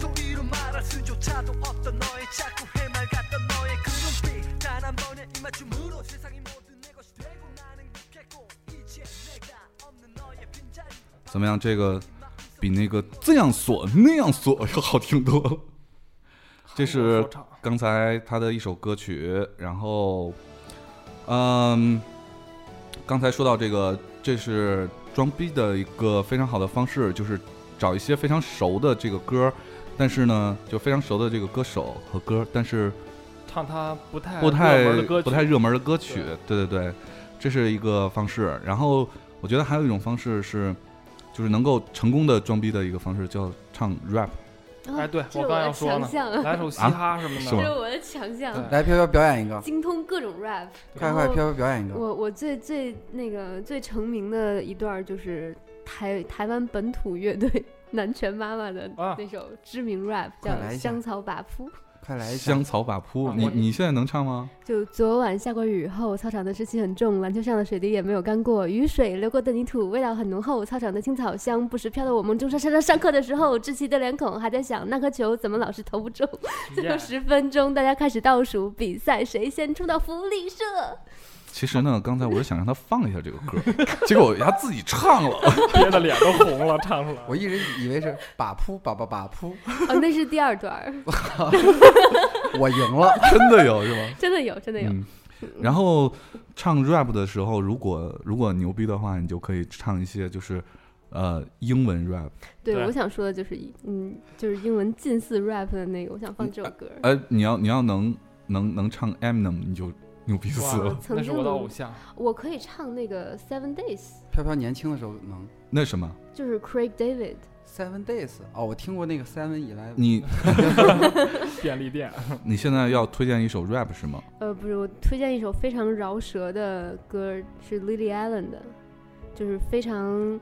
또 이루 말할 수조차도 없던 너의 자꾸 해맑았던 너의 그 눈빛 단 한 번의 이맞춤으로 세상이 모든 내 것이 되고 나는 행복했고 이제 내가 없는 너의 빈자리
怎么样？这个比那个这样锁那样锁要好听多了。这
韩国
是
说唱
刚才他的一首歌曲，然后，嗯，刚才说到这个，这是装逼的一个非常好的方式，就是找一些非常熟的这个歌，但是呢，就非常熟的这个歌手和歌，但是
唱他不太
不太
热门的歌曲，
不太热门的歌曲，对对对，这是一个方式。然后我觉得还有一种方式是，就是能够成功的装逼的一个方式，叫唱 rap。
哎，对
啊这
我刚
是我
要
的
说
强
呢，
项，啊
来首嘻哈什么
啊是
的，
吗
这是我的强项，
对
来飘飘表演一个，
精通各种 rap。
快快飘飘表演一个。
我我最最那个最成名的一段儿就是台台湾本土乐队南拳妈妈的
啊
那首知名 rap，、
快
叫
来一
《
下
香草把夫》。
快来一下
香，草把铺，
啊
你
我
你现在能唱吗？
就昨晚下过雨后，操场的湿气很重，篮球上的水滴也没有干过，雨水流过的泥土味道很浓厚，操场的青草香不时飘到我梦中。上上上上课的时候，窒息的脸孔还在想那颗球怎么老是投不 *laughs* 中。最后
Yeah
十分钟，大家开始倒数比赛，谁先冲到福利社。
其实呢，刚才我是想让他放一下这个歌， *laughs* 结果他自己唱了。 *laughs*
憋的脸都红了，唱出来。
我一直以为是把扑把把把扑，
哦，那是第二段儿，
我赢了。
真的有是吗？
真的有，真的有。
嗯。然后唱 rap 的时候，如果如果牛逼的话，你就可以唱一些就是，呃，英文 rap。
对，啊
对
我想说的就是一，嗯，就是英文近似 rap 的那个，我想放这首歌儿。
呃，你要你要能能能唱 Eminem，你就牛逼死
哇
了。
曾
那是我的
经
偶像，
我可以唱那个 Seven Days，
飘飘年轻的时候能
那什么？
就是 Craig David。
Seven Days 哦，我听过那个 Seven 以来，
你
*laughs* 便利店，
你现在要推荐一首 rap 是吗？
呃，不是，我推荐一首非常饶舌的歌儿，是 Lily Allen 的，就是非常，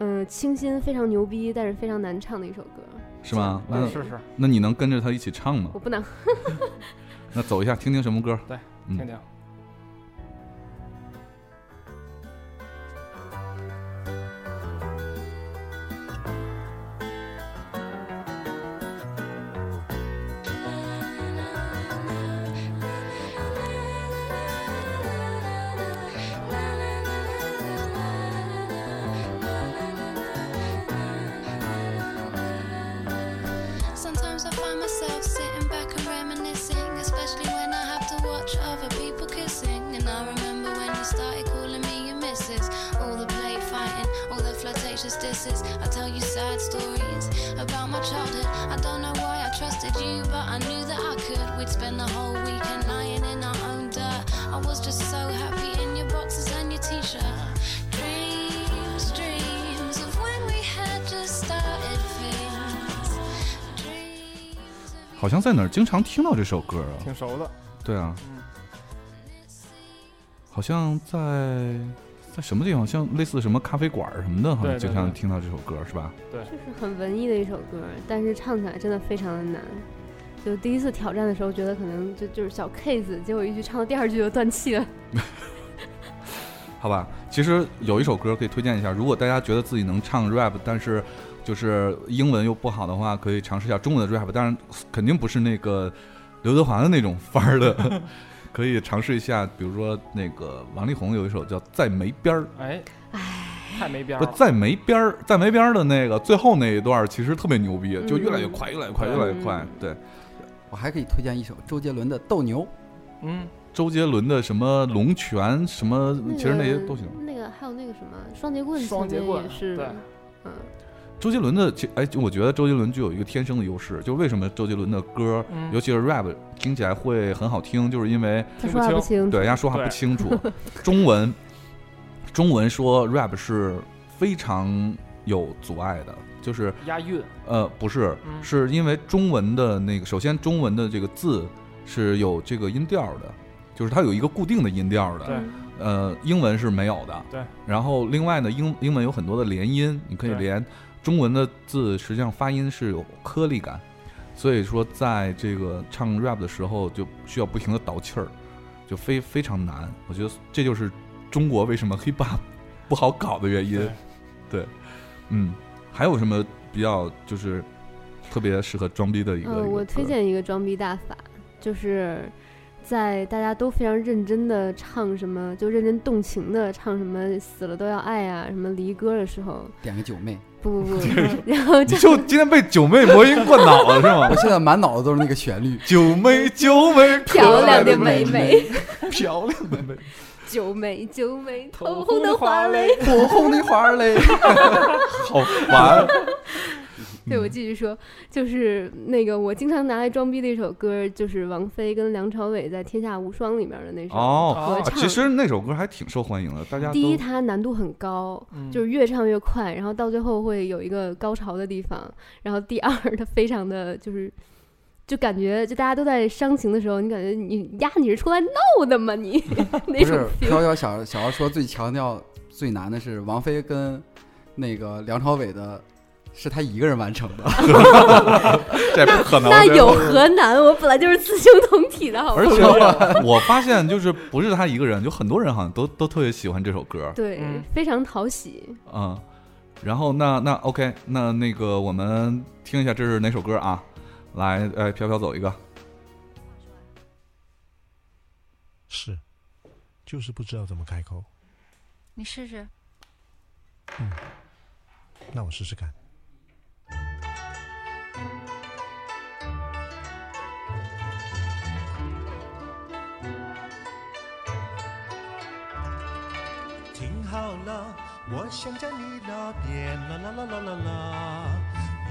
嗯、清新，非常牛逼，但是非常难唱的一首歌。
是吗？
来
那
试试，
那你能跟着他一起唱吗
我？不能，
那走一下，听听什么歌？嗯
听听。
Sometimes I find myself sitting back and reminiscing, especially when I have to watch other people kissing. And I remember when you started calling me your missus, all the play fighting, all the flirtatious disses. I tell you sad stories about my childhood. I don't know why I trusted you, but I knew that I could. We'd spend the whole weekend lying in our own dirt. I was just so happy in your boxes and your t-shirt. Dreams, dreams of when we had just started things.
好像在哪儿经常听到这首歌啊？
挺熟的，
对啊，
嗯
好像在在什么地方，像类似什么咖啡馆儿什么的，好像
对对
经常
对
听到这首歌是吧？
就是很文艺的一首歌儿，但是唱起来真的非常的难。就第一次挑战的时候，觉得可能就就是小 case，结果一句唱到第二句就断气了。
好吧，其实有一首歌可以推荐一下，如果大家觉得自己能唱 rap，但是就是英文又不好的话，可以尝试一下中文的 rap，当然肯定不是那个刘德华的那种范儿的， *laughs* 可以尝试一下，比如说那个王力宏有一首叫《在没边儿》。
哎，太没边儿
不，
了。
在没边儿，在没边儿的那个最后那一段儿其实特别牛逼，就越来越
嗯
快，越来越快，越
对
来越快。对，
我还可以推荐一首周杰伦的《斗牛》，
嗯，
周杰伦的什么龙泉什嗯
*laughs* 嗯
么，其实那些都行。
那个还有那个什么双截棍，
双截棍
也是
对，
嗯，
周杰伦的其，哎，就我觉得周杰伦具有一个天生的优势，就是为什么周杰伦的歌，
嗯
尤其是 rap，听起来会很好听，就是因为
他
听
说
不
话不
清
清，
对人家说话不
嗯对
清楚，
*laughs*
中文中文说 rap 是非常有阻碍的，就是
押韵，
呃，不是，
嗯
是因为中文的那个，首先中文的这个字是有这个音调的，就是它有一个固定的音调的。
对
呃，英文是没有的。
对。
然后另外呢，英英文有很多的连音，你可以
对
连中文的字，实际上发音是有颗粒感，所以说在这个唱 rap 的时候就需要不停的倒气儿，就非非常难。我觉得这就是中国为什么 hip hop 不好搞的原因。对嗯，还有什么比较就是特别适合装逼的一个？
呃，
一个
我
歌
推荐一个装逼大法，就是在大家都非常认真的唱什么，就认真动情的唱什么“死了都要爱”啊，什么离歌的时候，
点个九妹，
*laughs*
不不不，然后 *laughs*
你
就
就今天被九妹魔音灌脑了是
我
吗？。
现在满脑子都是那个旋律
九妹，九妹，
漂
可爱
亮的
的
妹妹
妹，
漂亮的妹妹，
九妹九妹，
头
*laughs*
红
头红
的
的
花
花
蕾
蕾。
火红的花儿嘞，
好烦。
对，
嗯
我继续说，就是那个我经常拿来装逼的一首歌，就是王菲跟梁朝伟在《天下无双》里面的那首。
*laughs* 哦，
合
啊
啊
唱
其实那首歌还挺受欢迎的，大家
第一，
都
它难度很高，
嗯
就是越唱越快，然后到最后会有一个高潮的地方。然后第二，它非常的就是，就感觉就大家都在伤情的时候，你感觉你呀你是出来闹的吗？你 *laughs* 那
不
种
是
feel
飘飘小小要说最强调最难的是王菲跟那个梁朝伟的，是他一个人完成的。
这不可能。
那
这不
有河南，我本来就是雌雄同体的好
*laughs*
吗
而？且我我发现，就是不是他一个人，就很多人好像都都特别喜欢这首歌，
对，
嗯
非常讨喜。
嗯。然后那那 OK，那那个我们听一下这是哪首歌啊？来，哎，飘飘走一个，
是，就是不知道怎么开口。
你试试。
那我试试看。
听好了，我想着你那边啦啦啦啦啦啦，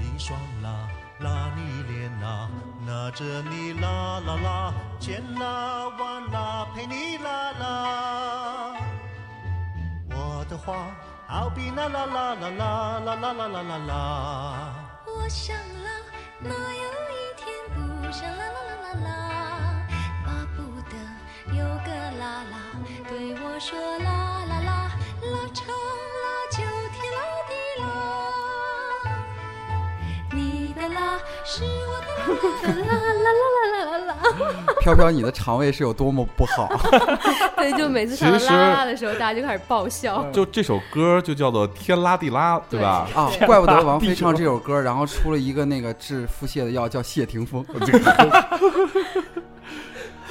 一双啦拉你脸啦，拿着你啦啦啦，见啦万啦陪你啦啦。我的话好比那啦啦啦啦啦啦啦啦啦啦。
我想啦，哪有一天不想啦啦啦啦啦？巴不得有个啦啦对我说啦啦啦，拉长啦就天啦地啦。你的啦是我的啦啦啦啦啦啦啦啦。
飘飘，你的肠胃是有多么不好？
对，就每次唱到
其实呃
啦啦的时候，大家就开始爆笑。
就这首歌就叫做《天拉地拉》，对吧？
啊，怪不得王菲唱这首歌，然后出了一个那个治腹泻的药叫谢霆锋。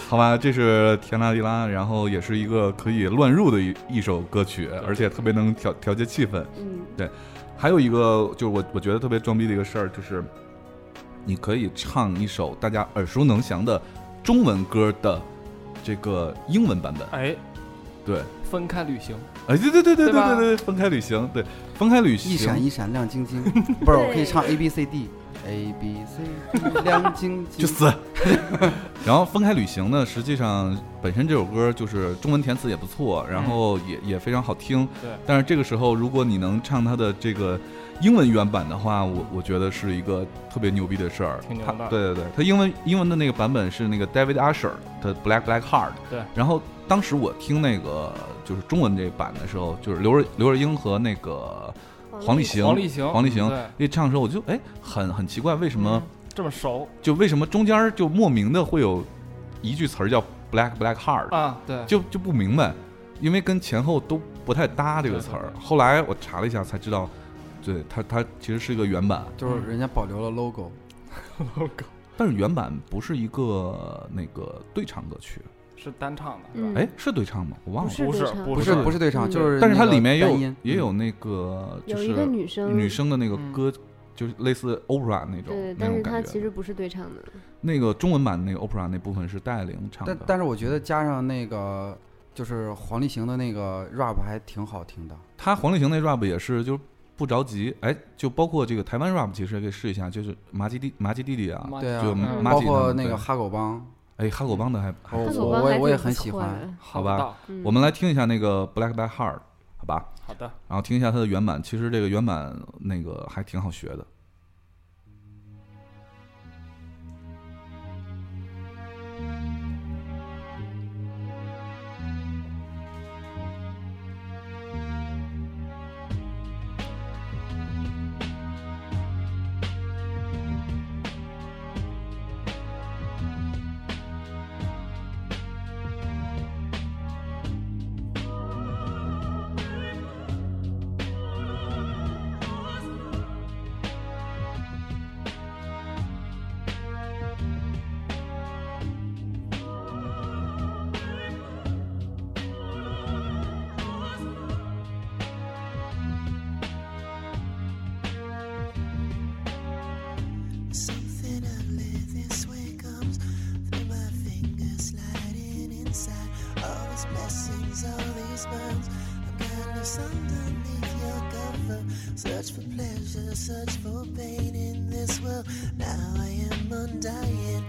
好吧，这是《天拉地拉》，然后也是一个可以乱入的一一首歌曲，而且特别能调调节气氛。
嗯，
还有一个就是我我觉得特别装逼的一个事儿，就是你可以唱一首大家耳熟能详的中文歌的这个英文版本。
哎，
对，
分开旅行，
哎，对对对对
对吧
对对，分开旅行，对，分开旅行，
一闪一闪亮晶晶，不是，我可以唱 A B C D A B C D 亮晶晶。
去
嗯
死。 *laughs* 然后分开旅行呢，实际上本身这首歌就是中文填词也不错，然后也、也非常好听。
嗯对
但是这个时候，如果你能唱它的这个英文原版的话，我我觉得是一个特别牛逼的事儿。
挺牛
它
的
对对对，它英文英文的那个版本是那个 David Usher 的 Black Black Heart。
对。
然后当时我听那个就是中文这版的时候，就是刘若刘若英和那个黄立行
黄立行，
黄立行
对，
一唱的时候，我就哎很很奇怪，为什么、
嗯这么熟
就为什么中间儿就莫名的会有一句词儿叫 black black heart，、
啊？对，
就就不明白，因为跟前后都不太搭这个词
对
啊
儿
对。对
后来我查了一下才知道，对它它其实是一个原版，
就是人家保留了 logo，
但是原版不是一个那个对唱歌曲，
是单唱的，是吧？
嗯，
哎，是对唱吗？我忘了
不。是
不是
对唱
不
不
是
是不是对唱，
嗯
就是
但是它
那个
里面也
单
有
音嗯
也有那个就
有
是
一个女生，
女生的那个
嗯
歌，就是类似 opera 那种
对，
那
但
种
是
感
她
觉。
其实不是对唱的。
那个中文版那个 opera 那部分是戴玲唱的
但，但是我觉得加上那个就是黄立行的那个 rap 还挺好听的。
他黄立行那 rap 也是，就是不着急，哎，就包括这个台湾 rap，其实也可以试一下，就是麻吉弟麻吉弟弟啊，
妈
对啊
就
嗯
麻
包
吉他
括
们
那个
对
哈狗帮，
哎哈狗帮的还还
我
但是
我
刚
我
还
我
挺
也
不
很
错
喜欢
的。
好
吧
的，
嗯
我们来听一下那个 Black by Heart，好吧？
好的，
然后听一下它的原版，其实这个原版那个还挺好学的。
Something I've lived this way comes through my fingers, sliding inside. All these blessings, all these burns. I'm kind of underneath your cover. Search for pleasure, search for pain in this world. Now I am undying.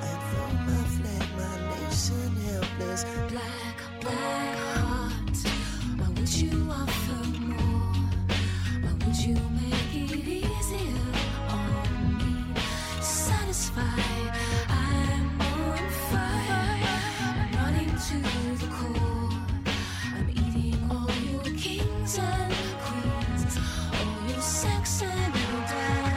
I throw my flag, my nation helpless. Black, black heart. Why would you offer more? Why would you make it easier on me? Satisfy, I'm on fire. I'm running to the core. I'm eating all your kings and queens, all your sex and your diamonds.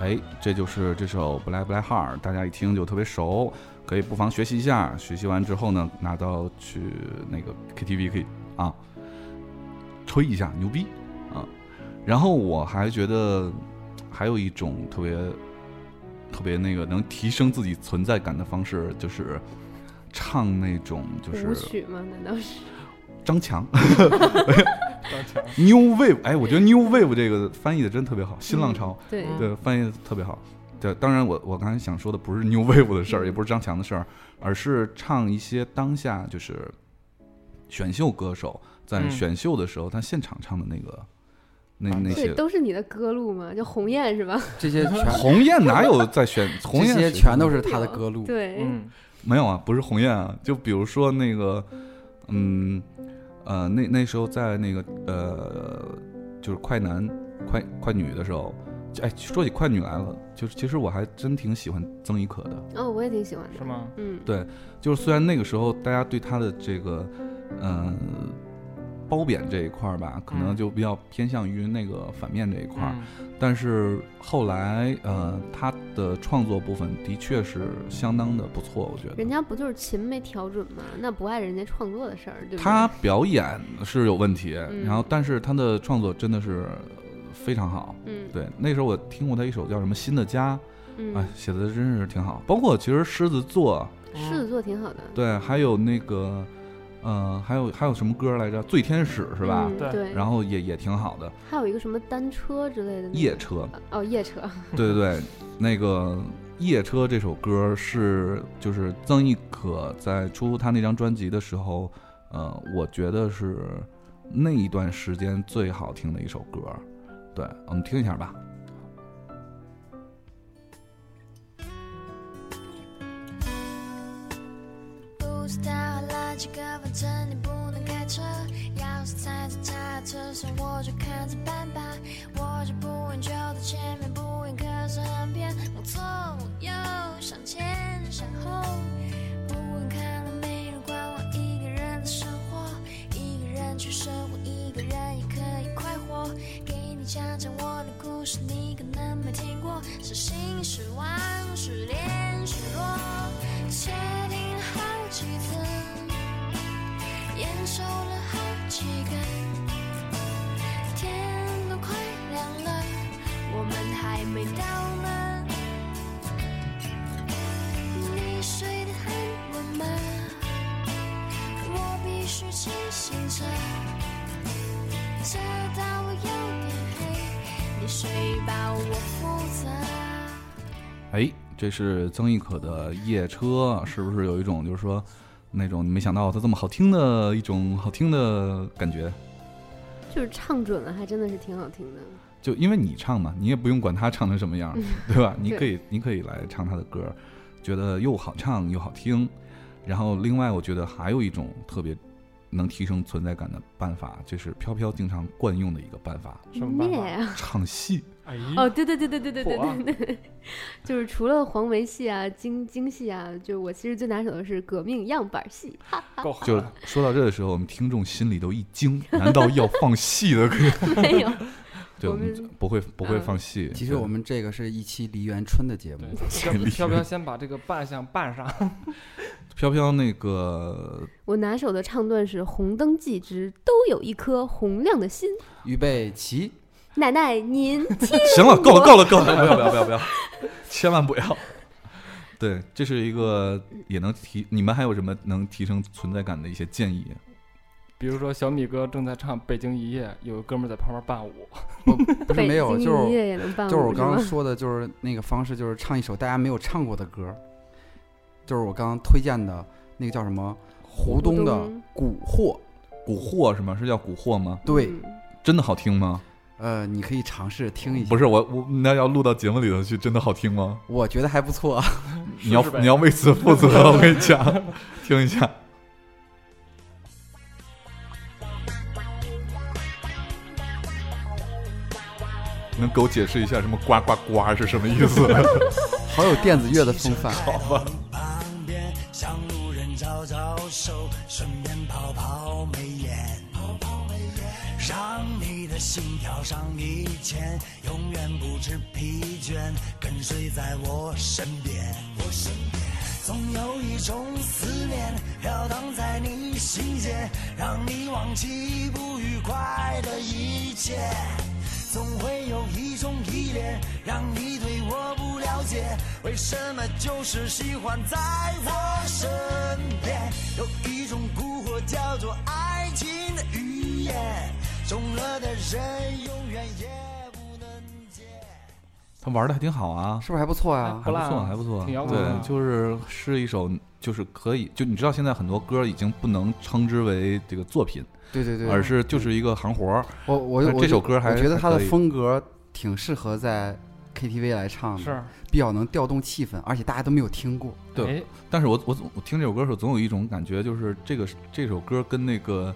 哎，这就是这首《Black Black Heart》，大家一听就特别熟，可以不妨学习一下。学习完之后呢，拿到去那个 KTV 可以啊，吹一下，牛逼啊！然后我还觉得还有一种特别特别那个能提升自己存在感的方式，就是唱那种就是
舞曲吗？难道是？
张强
张强，
New Wave。哎，我觉得 New Wave 这个翻译的真特别好，新浪潮。
对，
对，翻译得特别好。对，当然我我刚才想说的不是 New Wave 的事
嗯
儿，也不是张强的事儿，而是唱一些当下就是选秀歌手在
嗯
选秀的时候，他现场唱的那个那那
啊对，
些。
都是你的歌路吗？就鸿雁是吧？
这
*laughs*
些全
鸿雁哪有在
*laughs*
选？鸿雁
这些
谁
全都是他的歌路。
对，
嗯，
没有啊，不是鸿雁啊，就比如说那个，嗯，呃，那那时候在那个呃，就是快男、快快女的时候，就哎，说起快女来了，就是其实我还真挺喜欢曾轶可的。
哦，我也挺喜欢的
是。吗？
嗯，
就是虽然那个时候大家对他的这个，呃，褒贬这一块儿吧，可能
嗯
就比较偏向于那个反面这一块儿，
嗯
但是后来呃，他的创作部分的确是相当的不错，我觉
人
得。
家不就是琴没调准吗？那不碍人家创作的事儿，对不对？
他表演是有问题，
嗯
然后但是他的创作真的是非常好。
嗯
对，那时候我听过他一首叫什么《新的家》，哎
嗯，，
写的真是挺好。包括其实狮子座，
狮子座挺好的，
对，还有那个，呃，还有还有什么歌来着？《醉天使》是吧？
嗯
对
对，
然后也也挺好的，
还有一个什么单车之类的那个
夜车，
哦，夜车，
对对对，那个夜车这首歌是就是曾轶可在出她那张专辑的时候，呃，我觉得是那一段时间最好听的一首歌，对，我们听一下吧。
不知道了几个，反正你不能开车。要是踩着刹车线，我就看着办吧。我就不问就在前面，不问可是很偏。往左往右，向前向后，不问看了没人管我一个人的生活，一个人去生活，一个人也可以快活。给你讲讲我的故事，你可能没听过，是兴是望是恋是落。确定了好几次，验收了好几个，天都快亮了，我们还没到呢。你睡得很稳吗？我必须清醒着，直到我有点黑，你睡吧，我负责。
哎，这是曾轶可的《夜车》，是不是有一种就是说那种你没想到它这么好听的一种好听的感觉？
就是唱准了，还真的是挺好听的。
就因为你唱嘛，你也不用管他唱成什么
嗯
样， *laughs* 对吧？你可以，你可以来唱他的歌，觉得又好唱又好听。然后，另外我觉得还有一种特别能提升存在感的办法，就是飘飘经常惯用的一个办法，
*laughs*
什么办法
咩啊？
唱戏。
哎，
哦，对对对对对对对
火啊
对对，就是除了黄梅戏啊、京京戏啊，就我其实最拿手的是革命样板戏。 *laughs*
够狠
就
了
说到这的时候，我们听众心里都一惊，难道要放戏的歌？ *laughs*
没有，
对，我
我
们
们
不会不会
嗯
放戏。
其实我们这个是一期梨园春的节目
对，，要不要不要先把这个扮相扮上？ *laughs*
飘飘那个
我拿手的唱段是《红灯记之都有一颗红亮的心》，
预备起。
奶奶您听
行了，够了，
我
够了，够了，不要，不要，不要，不要，千万不要。对，这是一个也能提，你们还有什么能提升存在感的一些建议？
比如说小米哥正在唱《北京一夜》，有个哥们儿在旁边伴舞，
不是 *laughs*
北
没有，
京
就是
一夜也能办
就是我
舞
刚
*laughs*
刚
嗯吗
说的，就是那个方式，就是唱一首大家没有唱过的歌，就是我刚刚推荐的那个叫什么胡东的
东
《蛊惑》。
蛊惑是吗？是叫蛊惑吗？
对，
嗯
真的好听吗？
呃，你可以尝试听一下。
不是，我我那要录到节目里头去，真的好听吗？
我觉得还不错。
你要
试试呗
你要为此负责，我跟你讲， *laughs* 听一下。能给我解释一下什么“呱呱呱”是什么意思？ *laughs*
好有电子乐的风范。
旁边，向路人招招手，顺便跑跑眉眼，让你的心跳上一千，永远不知疲倦，跟随在我身边。我身边总有一种思念飘荡在你心间，让你忘记不愉快的一切。总会有一种依恋，让你对我不了解，为什么就是喜欢在我身边？有一种蛊惑叫做爱情的语言，中了的人永远也不能见。
他玩的还挺好啊
是，不是还不错呀、
还不错，
烂
还不错。
挺摇滚的
对，就是是一首，就是可以，就你知道现在很多歌已经不能称之为这个作品，
对对对，
而是就是一个行活儿。
我我
那
我
这首
就
歌还
我觉得
还
它的
可以
风格挺适合在 KTV 来唱的，
是，
比较能调动气氛，而且大家都没有听过。
对
哎，
但是我我总我听这首歌的时候，总有一种感觉，就是这个这首歌跟那个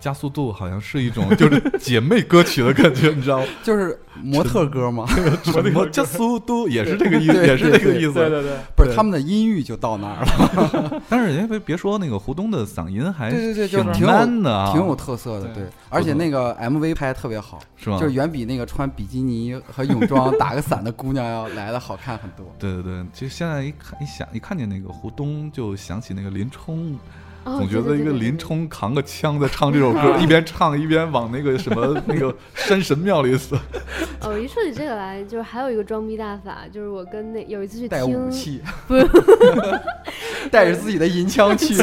加速度好像是一
*laughs*
种就是姐妹歌曲的感觉，你知道吗？
就是模特
*laughs*
歌嘛，
什么加速度也是这个意
对
思，
对
也是这个
对
意
对
思。
对对，
不是他们的音域就到那儿了。
但是人哎家别别说那个胡东的嗓音还
对对对，就
挺
是挺有
man 的啊，
挺有特色的，
对
对。而且那个 MV 拍的特别好，
是吗？
就是远比那个穿比基尼和
*laughs*
泳装打个伞的姑娘要来的好看很多。
对对对，其实现在一看一想一看见那个胡东，就想起那个林冲，
哦
总觉
对
得
对
一个
对对
林
对
冲扛个枪在唱这首
*laughs*
歌，一边唱一边往那个什么那个山神庙里走。
哦，一说起这个来，就是还有一个装逼大法，就是我跟那有一次去
带武
听，
器，
不是
*laughs* 带着自己的银枪去。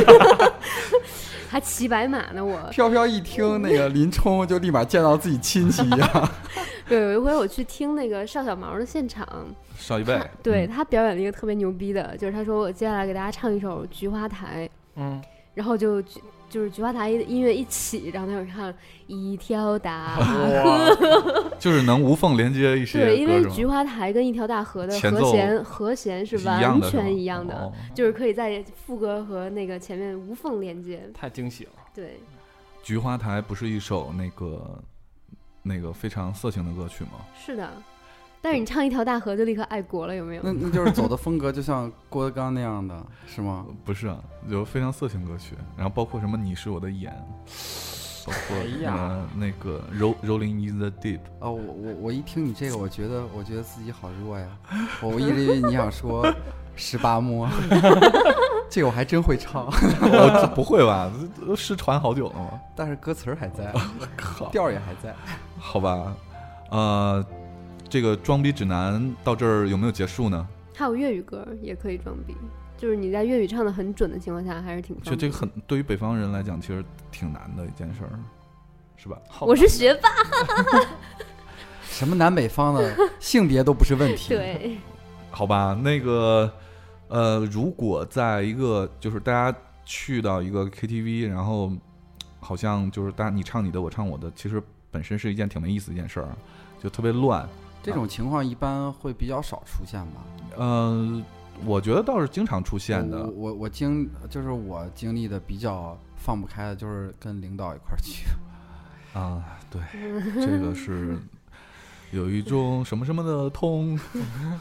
还骑白马呢我。
飘飘一听那个林冲，就立马见到自己亲戚一
*laughs*
样。 *laughs*
对，有一回我去听那个邵小毛的现场，
少一辈，
对
嗯，
他表演了一个特别牛逼的，就是他说我接下来给大家唱一首《菊花台》，
嗯，
然后就菊就是《菊花台》的音乐一起，然后那会儿看一
*laughs*
条大 *laughs*
哇，
就是能无缝连接一些
对，因为
歌
《
是
菊
吗
花台》跟一条大河的
前
和
奏
弦和弦是
是一样
完
的是吗
全一样的，
哦
就是可以在副歌和那个前面无缝连接。
太惊喜了，
对，
菊花台》不是一首那个那个非常色情的歌曲吗？
是的。但是你唱一条大河就立刻爱国了，有没有
嗯
那？那就是走的风格就像郭德纲那样的，是吗？
不是啊，有非常色情歌曲，然后包括什么《你是我的眼》，包括、
哎呀
呃那个《Roll Rolling in the Deep》。 *laughs*
啊，我我我一听你这个，我觉得我觉得自己好弱呀。我我一直以为你想说十八摸， *laughs* 这个我还真会唱，
我这不会吧？这都失传好久了吗？
但是歌词儿还在，
靠，
调儿也还在。 *laughs*
好吧，呃，这个装逼指南到这儿有没有结束呢？
还有粤语歌也可以装逼，就是你在粤语唱的很准的情况下，还是挺
就
装逼。
这个很对于北方人来讲，其实挺难的一件事儿，是吧？
好
我是学霸，
什么南北方的性别都不是问题。，
对，
好吧，那个，呃，如果在一个就是大家去到一个 KTV，然后好像就是大家你唱你的，我唱我的，其实本身是一件挺没意思的一件事儿，就特别乱。
这种情况一般会比较少出现吧？
呃，我觉得倒是经常出现
我
的。
我我经就是我经历的比较放不开的，就是跟领导一块儿去， *laughs*
啊，对，这个是有一种什么什么的痛。 *laughs*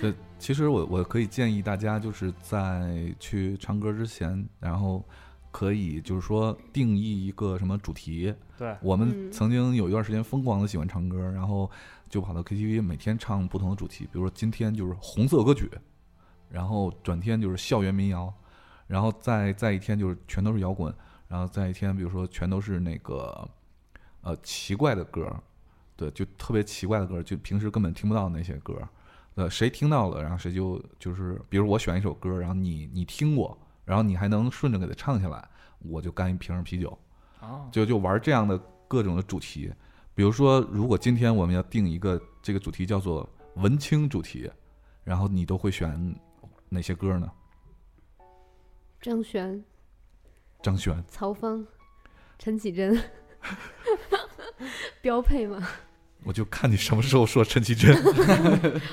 对，其实我我可以建议大家，就是在去唱歌之前，然后可以就是说定义一个什么主题。
对，
我们
嗯
曾经有一段时间疯狂的喜欢唱歌，然后就跑到 KTV 每天唱不同的主题，比如说今天就是红色歌曲，然后转天就是校园民谣，然后再再一天就是全都是摇滚，然后再一天比如说全都是那个呃奇怪的歌，对，就特别奇怪的歌，就平时根本听不到的那些歌，呃，谁听到了，然后谁就就是比如我选一首歌，然后你你听过，然后你还能顺着给它唱下来，我就干一瓶啤酒。
啊，
就就玩这样的各种的主题。比如说，如果今天我们要定一个这个主题叫做文青主题，然后你都会选哪些歌呢？
张悬、
张悬，
曹芳、陈绮贞， *laughs* 标配嘛。 *laughs*
我就看你什么时候说陈绮贞。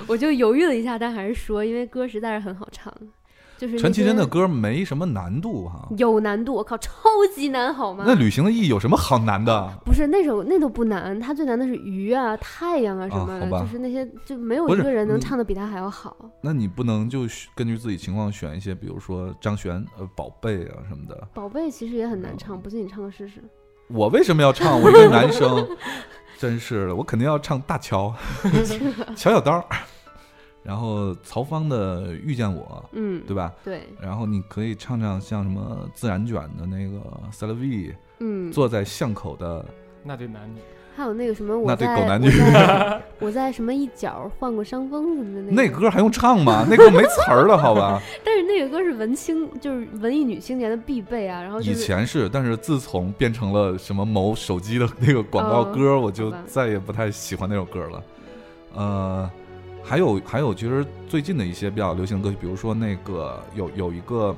我就犹豫了一下，但还是说，因为歌实在是很好唱，就是
陈绮贞的
歌
歌没什么难度哈、
有难度，我靠，超级难好吗？
那《旅行的意义》有什么好难的？
不是那首那都不难，他最难的是鱼啊、太阳啊什
啊
么
好
的，
吧
就是那些就没有
不
一
是嗯
个人能
你
唱的比他还要好。
那你不能就选根据自己情况选一些，比如说张悬、呃宝贝啊什么的。
宝贝其实也很难唱，不信你唱个试试。
哦我为什么要唱？我一个男
*laughs*
生，真是的，我肯定要唱大乔，
*laughs*
*laughs* 乔小刀，然后曹芳的《遇见我》，
嗯，
对吧？
对，
然后你可以唱唱像什么自然卷的那个《c e l V》，
嗯，
坐在巷口的
那对男女
还有那个什么，我
那对
在
狗男
我
女，
在 *laughs* 我在什么一角换过伤风什么的那
那
个
歌还用唱吗？那歌没词儿了，好吧？
但是那个歌是文青，就是文艺女青年的必备啊。然后
以
就是
前是，但是自从变成了什么某手机的那个广告歌，我就
嗯好吧
再也不太喜欢那首歌了。呃，还有还有，其实最近的一些比较流行的歌曲，比如说那个有有一个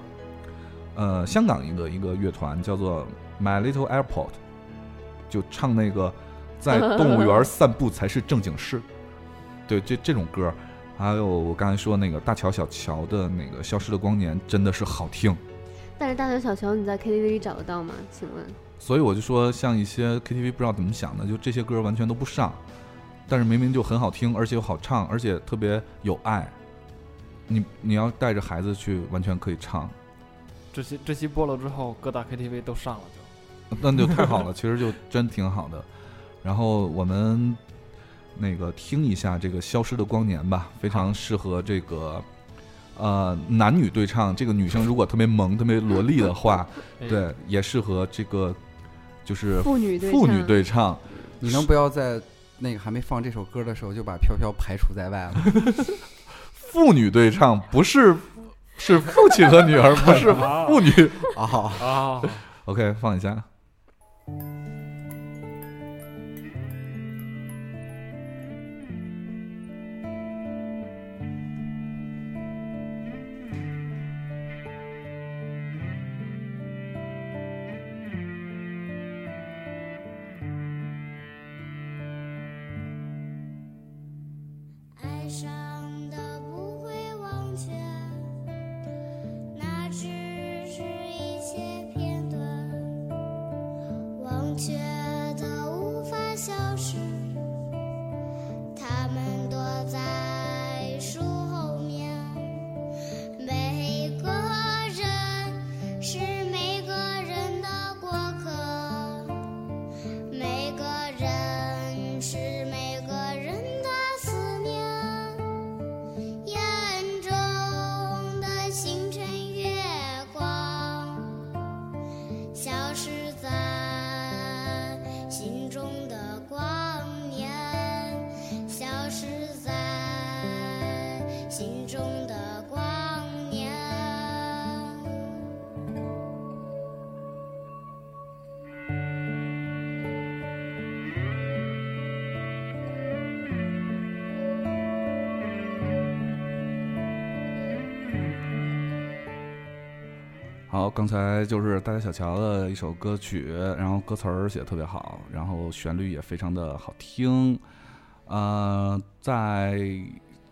呃香港一个一个乐团叫做 My Little Airport，就唱那个在动物园散步才是正经事，对，这这种歌。还有我刚才说那个大乔小乔的那个《消失的光年》真的是好听，
但是大乔小乔你在 KTV 里找得到吗？请问
所以我就说，像一些 KTV 不知道怎么想的，就这些歌完全都不上，但是明明就很好听，而且又好唱，而且特别有爱。你你要带着孩子去，完全可以唱，
这期这期播了之后，各大 KTV 都上了就。
那就太好了，其实就真挺好的。然后我们那个听一下这个《消失的光年》吧，非常适合这个呃男女对唱。这个女生如果特别萌、特别萝莉的话，
哎，
对，也适合这个就是
妇女对
妇女
唱
对唱。
你能不要在那个还没放这首歌的时候就把飘飘排除在外了？
妇女对唱，不是是父亲和女儿，不是妇女。
啊，
啊，
OK，放一下。
爱上的不会忘却，那只是一些片段。
好，刚才就是大家小乔的一首歌曲，然后歌词儿写的特别好，然后旋律也非常的好听。呃，在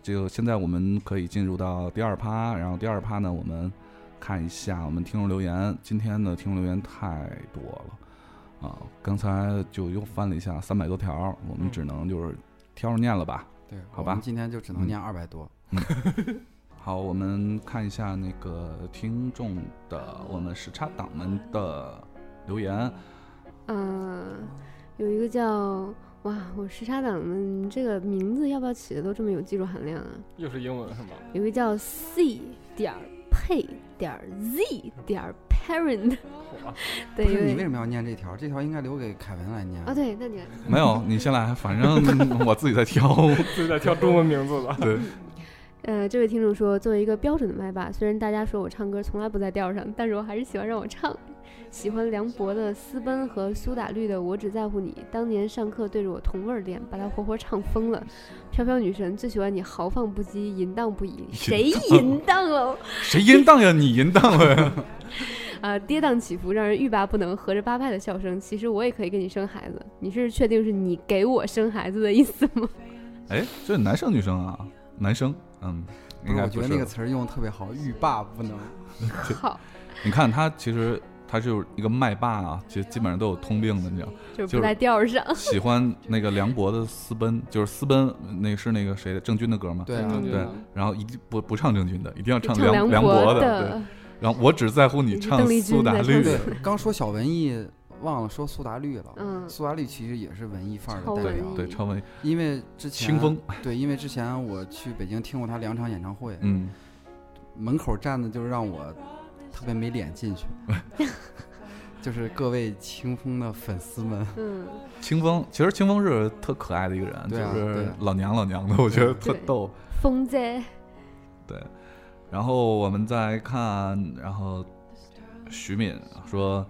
就现在我们可以进入到第二趴，然后第二趴呢，我们看一下我们听众留言。今天的听众留言太多了啊、刚才就又翻了一下，三百多条，我们只能就是挑着念了吧。
对，
好
我
吧
们今天就只能念二百多。
好，我们看一下那个听众的，我们时差党们的留言。
嗯，有一个叫哇，我时差党们这个名字要不要起的都这么有技术含量啊？
又是英文是吗？
*laughs*
有一个叫 C 点儿配点儿 Z 点儿 parent，
嚯
对，
不
有
是你为
点
什么要念这条？这条应该留给凯文来念。
啊，对，那你来
没有，你先来，反正我自己在挑。 *laughs*
自己在挑中文名字了。
对，
呃，这位听众说，作为一个标准的麦霸，虽然大家说我唱歌从来不在调上，但是我还是喜欢让我唱。喜欢梁博的《私奔》和苏打绿的《我只在乎你》，当年上课对着我同味儿练，把他活活唱疯了。飘飘女神最喜欢你豪放不羁、淫荡不已，谁淫荡了？
谁淫荡呀？你淫荡了呀？
*laughs* 啊，跌宕起伏，让人欲罢不能，合着八拍的笑声。其实我也可以给你生孩子，你是确定是你给我生孩子的意思吗？
哎，这男生女生啊？男生，嗯，
不
应
是，
该
我
不
觉得
是。
那个词儿用的特别好，欲罢不能。
好，
你看他其实他就是一个麦霸啊，其实基本上都有通病的，你知道。
嗯
就是
就是
不在调上。
喜欢那个梁博的《私奔》，就是《私奔》，那个是那个谁的郑钧的歌吗？
对啊，
郑钧
对，然后一定不不唱郑钧的，一定要唱
唱
梁梁
博
博的。对，然后我只在乎你
你是
唱
邓丽
苏
君
打
在
绿
唱
的
对。，刚说小文艺，忘了说苏打绿了。
嗯
苏打绿其实也是文艺范儿
超
的代
文
表
艺。
对，超文
因为之前
清风，
对，因为之前我去北京听过他两场演唱会，
嗯，
门口站的就是让我特别没脸
*laughs*
进去。就是各位清风的粉丝们，
嗯，
清风，其实清风是特可爱的一个人，就
对啊对
是
啊
老娘老娘的，我觉得特
对
逗。
风在。
对，然后我们再看，然后徐敏说，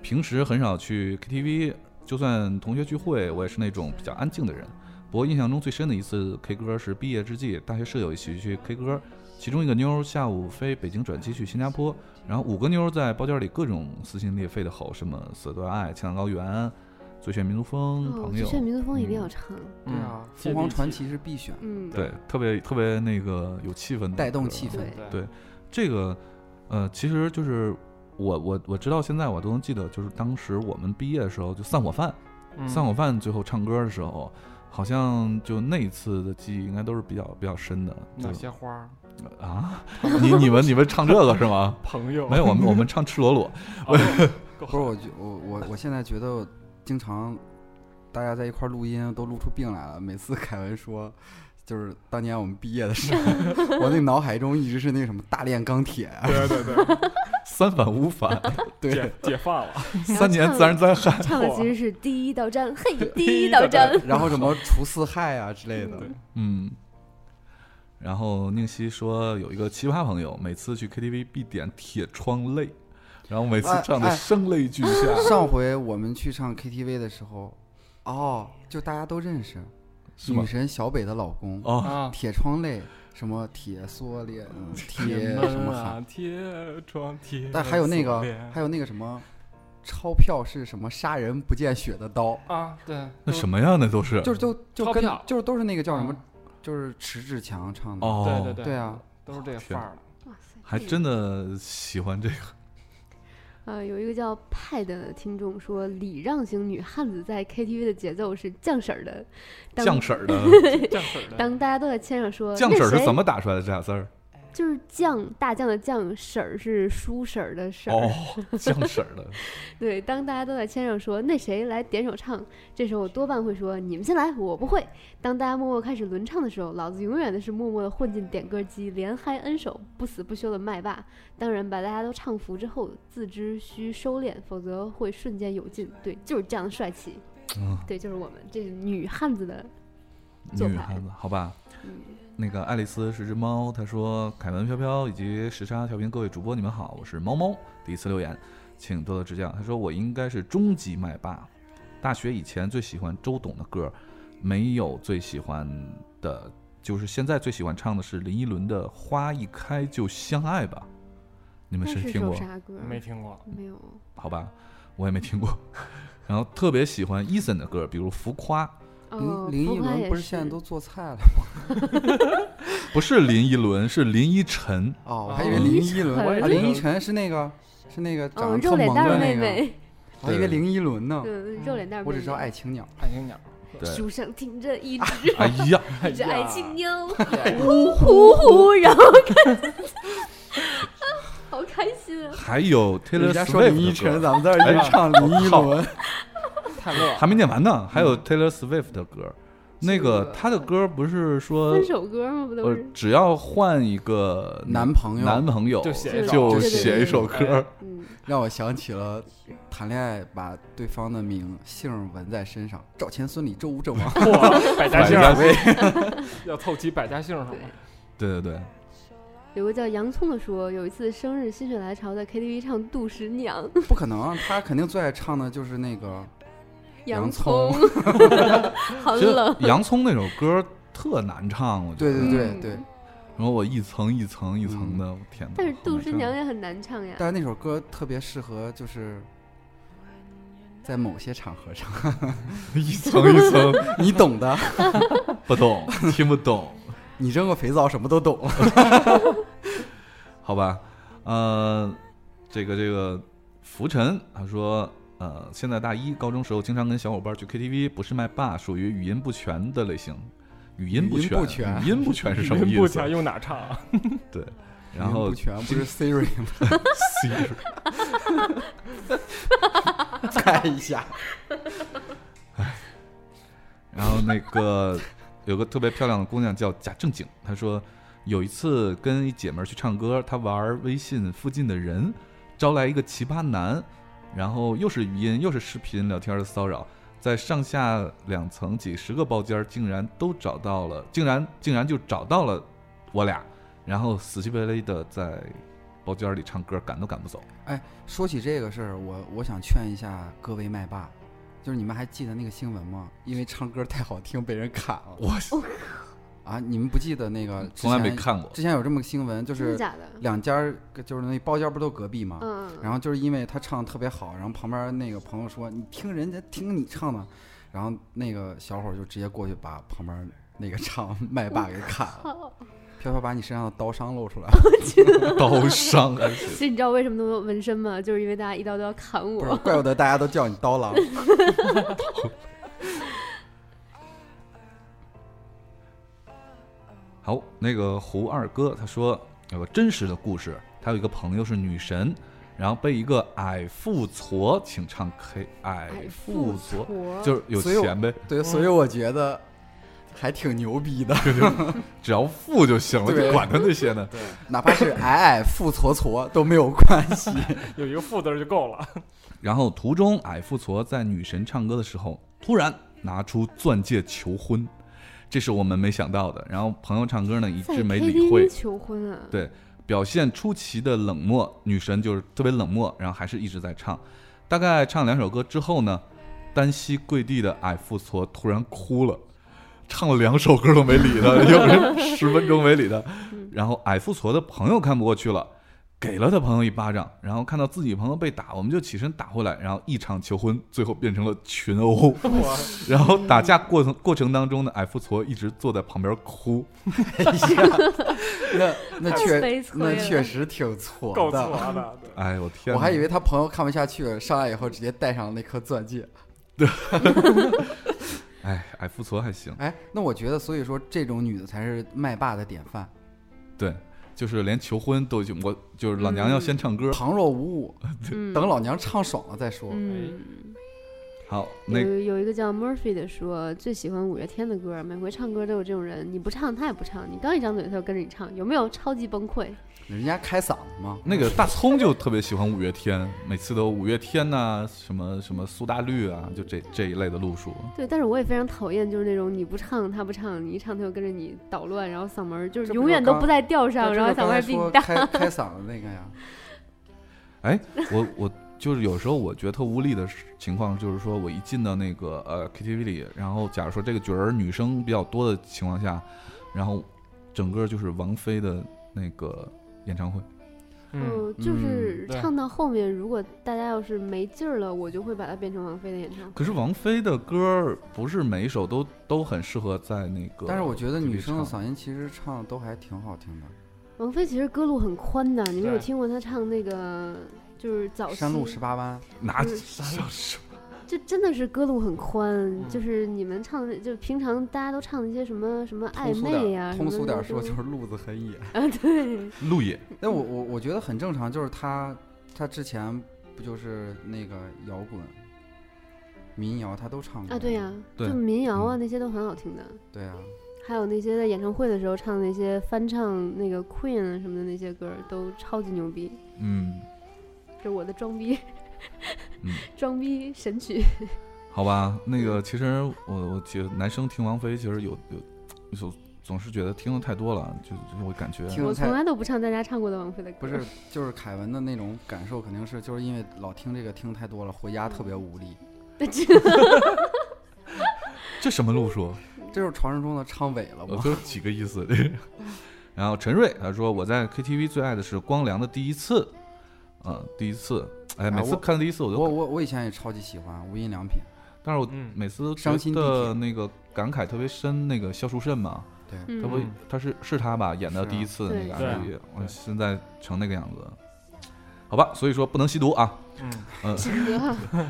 平时很少去 KTV，就算同学聚会，我也是那种比较安静的人。不过印象中最深的一次 K 歌是毕业之际，大学舍友一起去 K 歌，其中一个妞儿下午飞北京转机去新加坡，然后五个妞儿在包间里各种撕心裂肺的吼什么“死对爱”“青藏高原”“最炫民族风”“
哦，
朋
就
友
炫民族风一定
嗯
要唱。
对啊，凤凰传奇是必选，
嗯，”，
对，特别特别那个有气氛的歌，
带动气氛。
对
对
对这个，呃，其实就是我我我知道现在我都能记得，就是当时我们毕业的时候，就散伙饭，
嗯
散伙饭最后唱歌的时候，好像就那一次的记忆应该都是比较比较深的。
哪些花儿？
就啊？你你们你们唱这个是吗？
朋友啊
没有，我们我们唱赤裸裸。
不是，我觉我我我现在觉得，经常大家在一块儿录音都录出病来了。每次 *laughs* 凯文说，就是当年我们毕业的时候， *laughs* 我那脑海中一直是那个什么大炼钢铁，啊
对对对，
三反五反，
对
解解放了，
三年自然灾害，
*laughs* 唱的
嚯
其实是第一道 *laughs* 战，嘿，
第
第一
一
道
道
战。
然后什么除四害啊之类的。
嗯。然后宁熙说有一个奇葩朋友，每次去 KTV 必点《铁窗泪》，然后每次
哎
唱的
哎
声泪俱下。
上回我们去唱 KTV 的时候，哦，就大家都认识，
是吗
女神小北的老公，
哦，
啊，
铁窗泪，什么铁
*laughs*
锁链，铁
门
什么
啊
喊，，
铁窗铁，
但还有那个
锁链
还有那个什么，钞票是什么杀人不见血的刀。
啊，对，
那什么呀？那都是
就是就就
钞
跟
票
就是都是那个叫什么
啊，
就是迟志强唱的。
哦，
对对对，
对啊，
都是这个
天
范儿的。
哇塞
还真的喜欢这个。
呃，有一个叫派的听众说，礼让型女汉子在 KTV 的节奏是酱婶儿的。当
酱婶儿
*laughs*
的
酱婶儿的
当大家都在签上说，
酱婶儿
那
是
谁
怎么打出来的这俩字儿？
就是酱大酱的酱，婶儿是叔婶儿的婶儿。
哦，酱婶儿的，
对，当大家都在签上说那谁来点首唱，这时候我多半会说你们先来，我不会。当大家默默开始轮唱的时候，老子永远的是默默的混进点歌机，连嗨 N 首，不死不休的麦霸。当然，把大家都唱服之后，自知需收敛，否则会瞬间有劲。对，就是这样的帅气。
嗯，
对，就是我们这是女汉子的，做
女
派
汉子，好吧。
嗯，
那个爱丽丝是只猫，她说：“凯文、飘飘以及时差调频各位主播，你们好，我是猫猫，第一次留言，请多多指教。”她说：“我应该是终极麦霸，大学以前最喜欢周董的歌，没有最喜欢的，就是现在最喜欢唱的是林依轮的《花一开就相爱吧》，你们是
那是
听
首
过？
啥歌？
没听过。
没有。
好吧，我也没听过。 *laughs* 然后特别喜欢 Eason 的歌，比如《浮夸》，
哦，
林林
浮
依
夸
轮
也哦
不是现在都做菜了吗？
不是林依轮，是林依晨。
哦，我
哦
还以为林依轮，
我也 *laughs*
啊
觉得
林依晨是那个是那个长得
哦，肉
特
脸
萌
蛋
的
儿
那
妹
个，
妹，
我还以为林依轮呢。 *laughs*
嗯，肉脸蛋儿妹
我
妹。
只知道爱情鸟，
爱情鸟，
*laughs*
对，
书上停着一只
哎呀，
哎
一只爱
呀
情鸟，呼呼呼，然后看，啊好开心啊！
还有 Taylor
人家说林依
Swift
晨，
的歌，
咱们在这儿
哎
一唱林依轮，
太乐了。
还没念完呢。还有 Taylor Swift 的歌，那个他的歌不是说
分手歌吗？不都
呃
是？，
只要换一个
男朋友
男朋友
就写
一首
就
对对对
写一首歌
哎。
嗯，
让我想起了谈恋爱把对方的名姓纹在身上，赵钱孙李周吴郑王。
*laughs* 嚯，百家
百
姓
家
儿
姓
要凑齐百家姓儿是吗？
对对对，
有个叫洋葱的说，有一次生日心血来潮在 KTV 唱《杜十娘》，
不可能，他肯定最爱唱的就是那个洋
葱， *laughs* 好
其实
冷。
洋葱那首歌特难唱，我觉
对
得。
对对
嗯
对，
然后我一层一层一层的，我天哪！
但是
好
杜
难
十
唱
娘也很难唱呀。
但是那首歌特别适合就是。在某些场合唱， *laughs*
*laughs* 一层一层
你懂的。
不懂，听不懂，
你扔个肥皂，什么都懂。
好吧？呃，这个这个浮尘他说，呃，现在大一高中时候经常跟小伙伴去 KTV，不是麦霸，属于语音不全的类型。语音不
语音
全，
不全
语音不全是什么
人
意
不
思
全？用哪唱啊？
对， *laughs* 然后
不全不是 Siri
*laughs*
吗？
Siri
猜一下，
然后那个有个特别漂亮的姑娘叫贾正经，她说有一次跟一姐们儿去唱歌，她玩微信附近的人，招来一个奇葩男，然后又是语音又是视频聊天的骚扰，在上下两层几十个包间儿，竟然都找到了，竟然竟然就找到了我俩，然后死气白赖的在包间儿里唱歌，赶都赶不走。
说起这个事儿，我我想劝一下各位麦霸，就是你们还记得那个新闻吗？因为唱歌太好听被人砍了。
我
哦
*laughs* 啊，你们不记得那个？
从来没。看
*laughs*
过，
之前有这么个新闻，就
真的
是
假的？
两家儿就是那包间儿不都隔壁吗？
嗯，
然后就是因为他唱的特别好，然后旁边那个朋友说：“你听人家听你唱的。”然后那个小伙儿就直接过去把旁边那个唱麦霸给砍了，
*laughs* 后
飘飘把你身上的刀伤露
*laughs*
出来。
刀伤还是
其实你知道为什么那么多纹身吗？就是因为大家一刀都要砍
不是，
我。
怪不得大家都叫你刀
*laughs*
郎。
好，那个胡二哥他说有个真实的故事，他有一个朋友是女神，然后被一个矮富矬请唱 K，矮
哎
富矬
矬
就是有
所以我
钱呗，
对，所以我觉得还挺牛逼
*laughs*
的，
只要富就行了，
对
就管他那些呢。
哪怕是矮矮富矬矬都没有关系。 *laughs*
有一个副字儿就够了。
然后途中，矮富矬在女神唱歌的时候，突然拿出钻戒求婚，这是我们没想到的。然后朋友唱歌呢，一
在
直没理会
KTV，求婚啊？
对表现出奇的冷漠，女神就是特别冷漠，然后还是一直在唱。大概唱两首歌之后呢，单膝跪地的矮富矬突然哭了，唱了两首歌都没理他，有人十分钟没理他。然后矮富矬的朋友看不过去了，给了他朋友一巴掌，然后看到自己朋友被打，我们就起身打回来，然后一场求婚，最后变成了群殴。然后打架过程过程当中呢，矮富矬一直坐在旁边哭。
那那
太悲
确
催
那
了
确实挺矬
够
的。
矬的，对
哎呦我天
我
哪！
还以为他朋友看不下去了，上来以后直接戴上那颗钻戒。
哎矮富矬还行。
哎，那我觉得，所以说这种女的才是麦霸的典范，
对，就是连求婚都已经，我就是老娘要先唱歌。
旁若无物，
嗯，
等老娘唱爽了再说。
嗯。
好，
有
那
有一个叫 Murphy 的说最喜欢五月天的歌，每回唱歌都有这种人，你不唱他也不唱，你刚一张嘴他就跟着你唱，有没有超级崩溃？
人家开嗓子嘛，嗯
那个大葱就特别喜欢五月天，每次都五月天呐、什么什么苏打绿啊，就这这一类的路数。
对，但是我也非常讨厌就是那种你不唱他不唱，你一唱他就跟着你捣乱，然后嗓门儿就是
这不
永
就
远都
刚
不在调
那
上，
这
然后
就
嗓
刚
门
才
儿比
说嗯
你大。 *laughs*
开开嗓子那个呀，
哎，我我就是有时候我觉得特无力的情况，就是说我一进到那个呃 KTV 里，然后假如说这个角儿女生比较多的情况下，然后整个就是王菲的那个演唱会，
嗯，
就是
嗯对
唱到后面，如果大家要是没劲儿了，我就会把它变成王菲的演唱会。
可是王菲的歌儿不是每一首都都很适合在那个，
但是我觉得女生的
音
嗓音其实唱都还挺好听的，
王菲其实歌路很宽的，你们
对
有听过她唱那个就是早期
《山路十八弯》
拿
就是这真的是歌路很宽，
嗯
就是你们唱的，就平常大家都唱那些什么什么
通
暧
俗
昧
点
呀、
儿，
什
通
么
俗
的
点儿
都
说就是路子很
*laughs*
野。
啊，
*laughs*
对，
路野，
那我我我觉得很正常，就是他他之前不就是那个摇滚、民谣他都唱过
啊对呀、
对
就民谣
嗯
啊那些都很好听的，
对啊呀、
还有那些在演唱会的时候唱那些翻唱那个 Queen 啊什么的那些歌儿都超级牛逼，
嗯，
这是我的装逼，
嗯
*laughs* 装逼神曲，
好吧，那个其实我我觉得男生听王菲其实有有有总总是觉得听的太多了，就就会感觉
听
我
得
从
太
来都不唱大家唱过的王菲的歌，嗯
不 *laughs*
*laughs*
是，就是凯文的那种感受，肯定是就是因为老听这个听太多了，回家特别无力。
这什么路数，
这就是传说中的唱尾了
我
吗？
都几个意思。 *laughs* 这个然后陈瑞他说我在 KTV 最爱的是光良的第一次，嗯、第一次，哎，每次
啊我
看第一次我
我
就，
我我以前也超级喜欢无印良品，
但是我
嗯
每次都觉
伤心地
得
铁
那个感慨特别深，那个肖淑慎嘛。
嗯
他不
嗯，
他是是他吧？演的
是啊
第一次的那个
对
MV，
对
我现在成那个样子，好吧，所以说不能吸毒啊，
嗯，
啊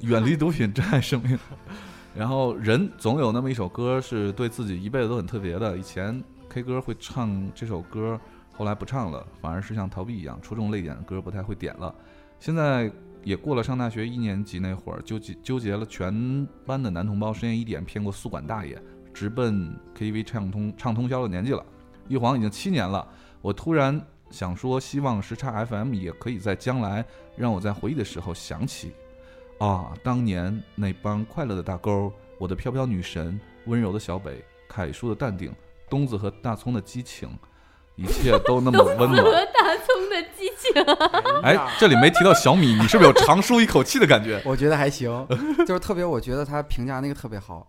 远离毒品，珍爱生命。 *laughs* 然后人总有那么一首歌是对自己一辈子都很特别的，以前 K 歌会唱这首歌，后来不唱了，反而是像逃避一样，戳中泪点的歌不太会点了。现在也过了上大学一年级那会儿，纠结纠结了全班的男同胞，深夜一点骗过宿管大爷，直奔 KTV 唱通唱通宵的年纪了。一晃已经七年了，我突然想说，希望时差 FM 也可以在将来让我在回忆的时候想起，啊，当年那帮快乐的大勾，我的飘飘女神，温柔的小北，凯叔的淡定，东子和大葱的激情，一切都那么温暖。
大葱的激情，
哎，这里没提到小米，你是不是有长舒一口气的感
*laughs*
觉？
我觉得还行，就是特别，我觉得他评价那个特别好，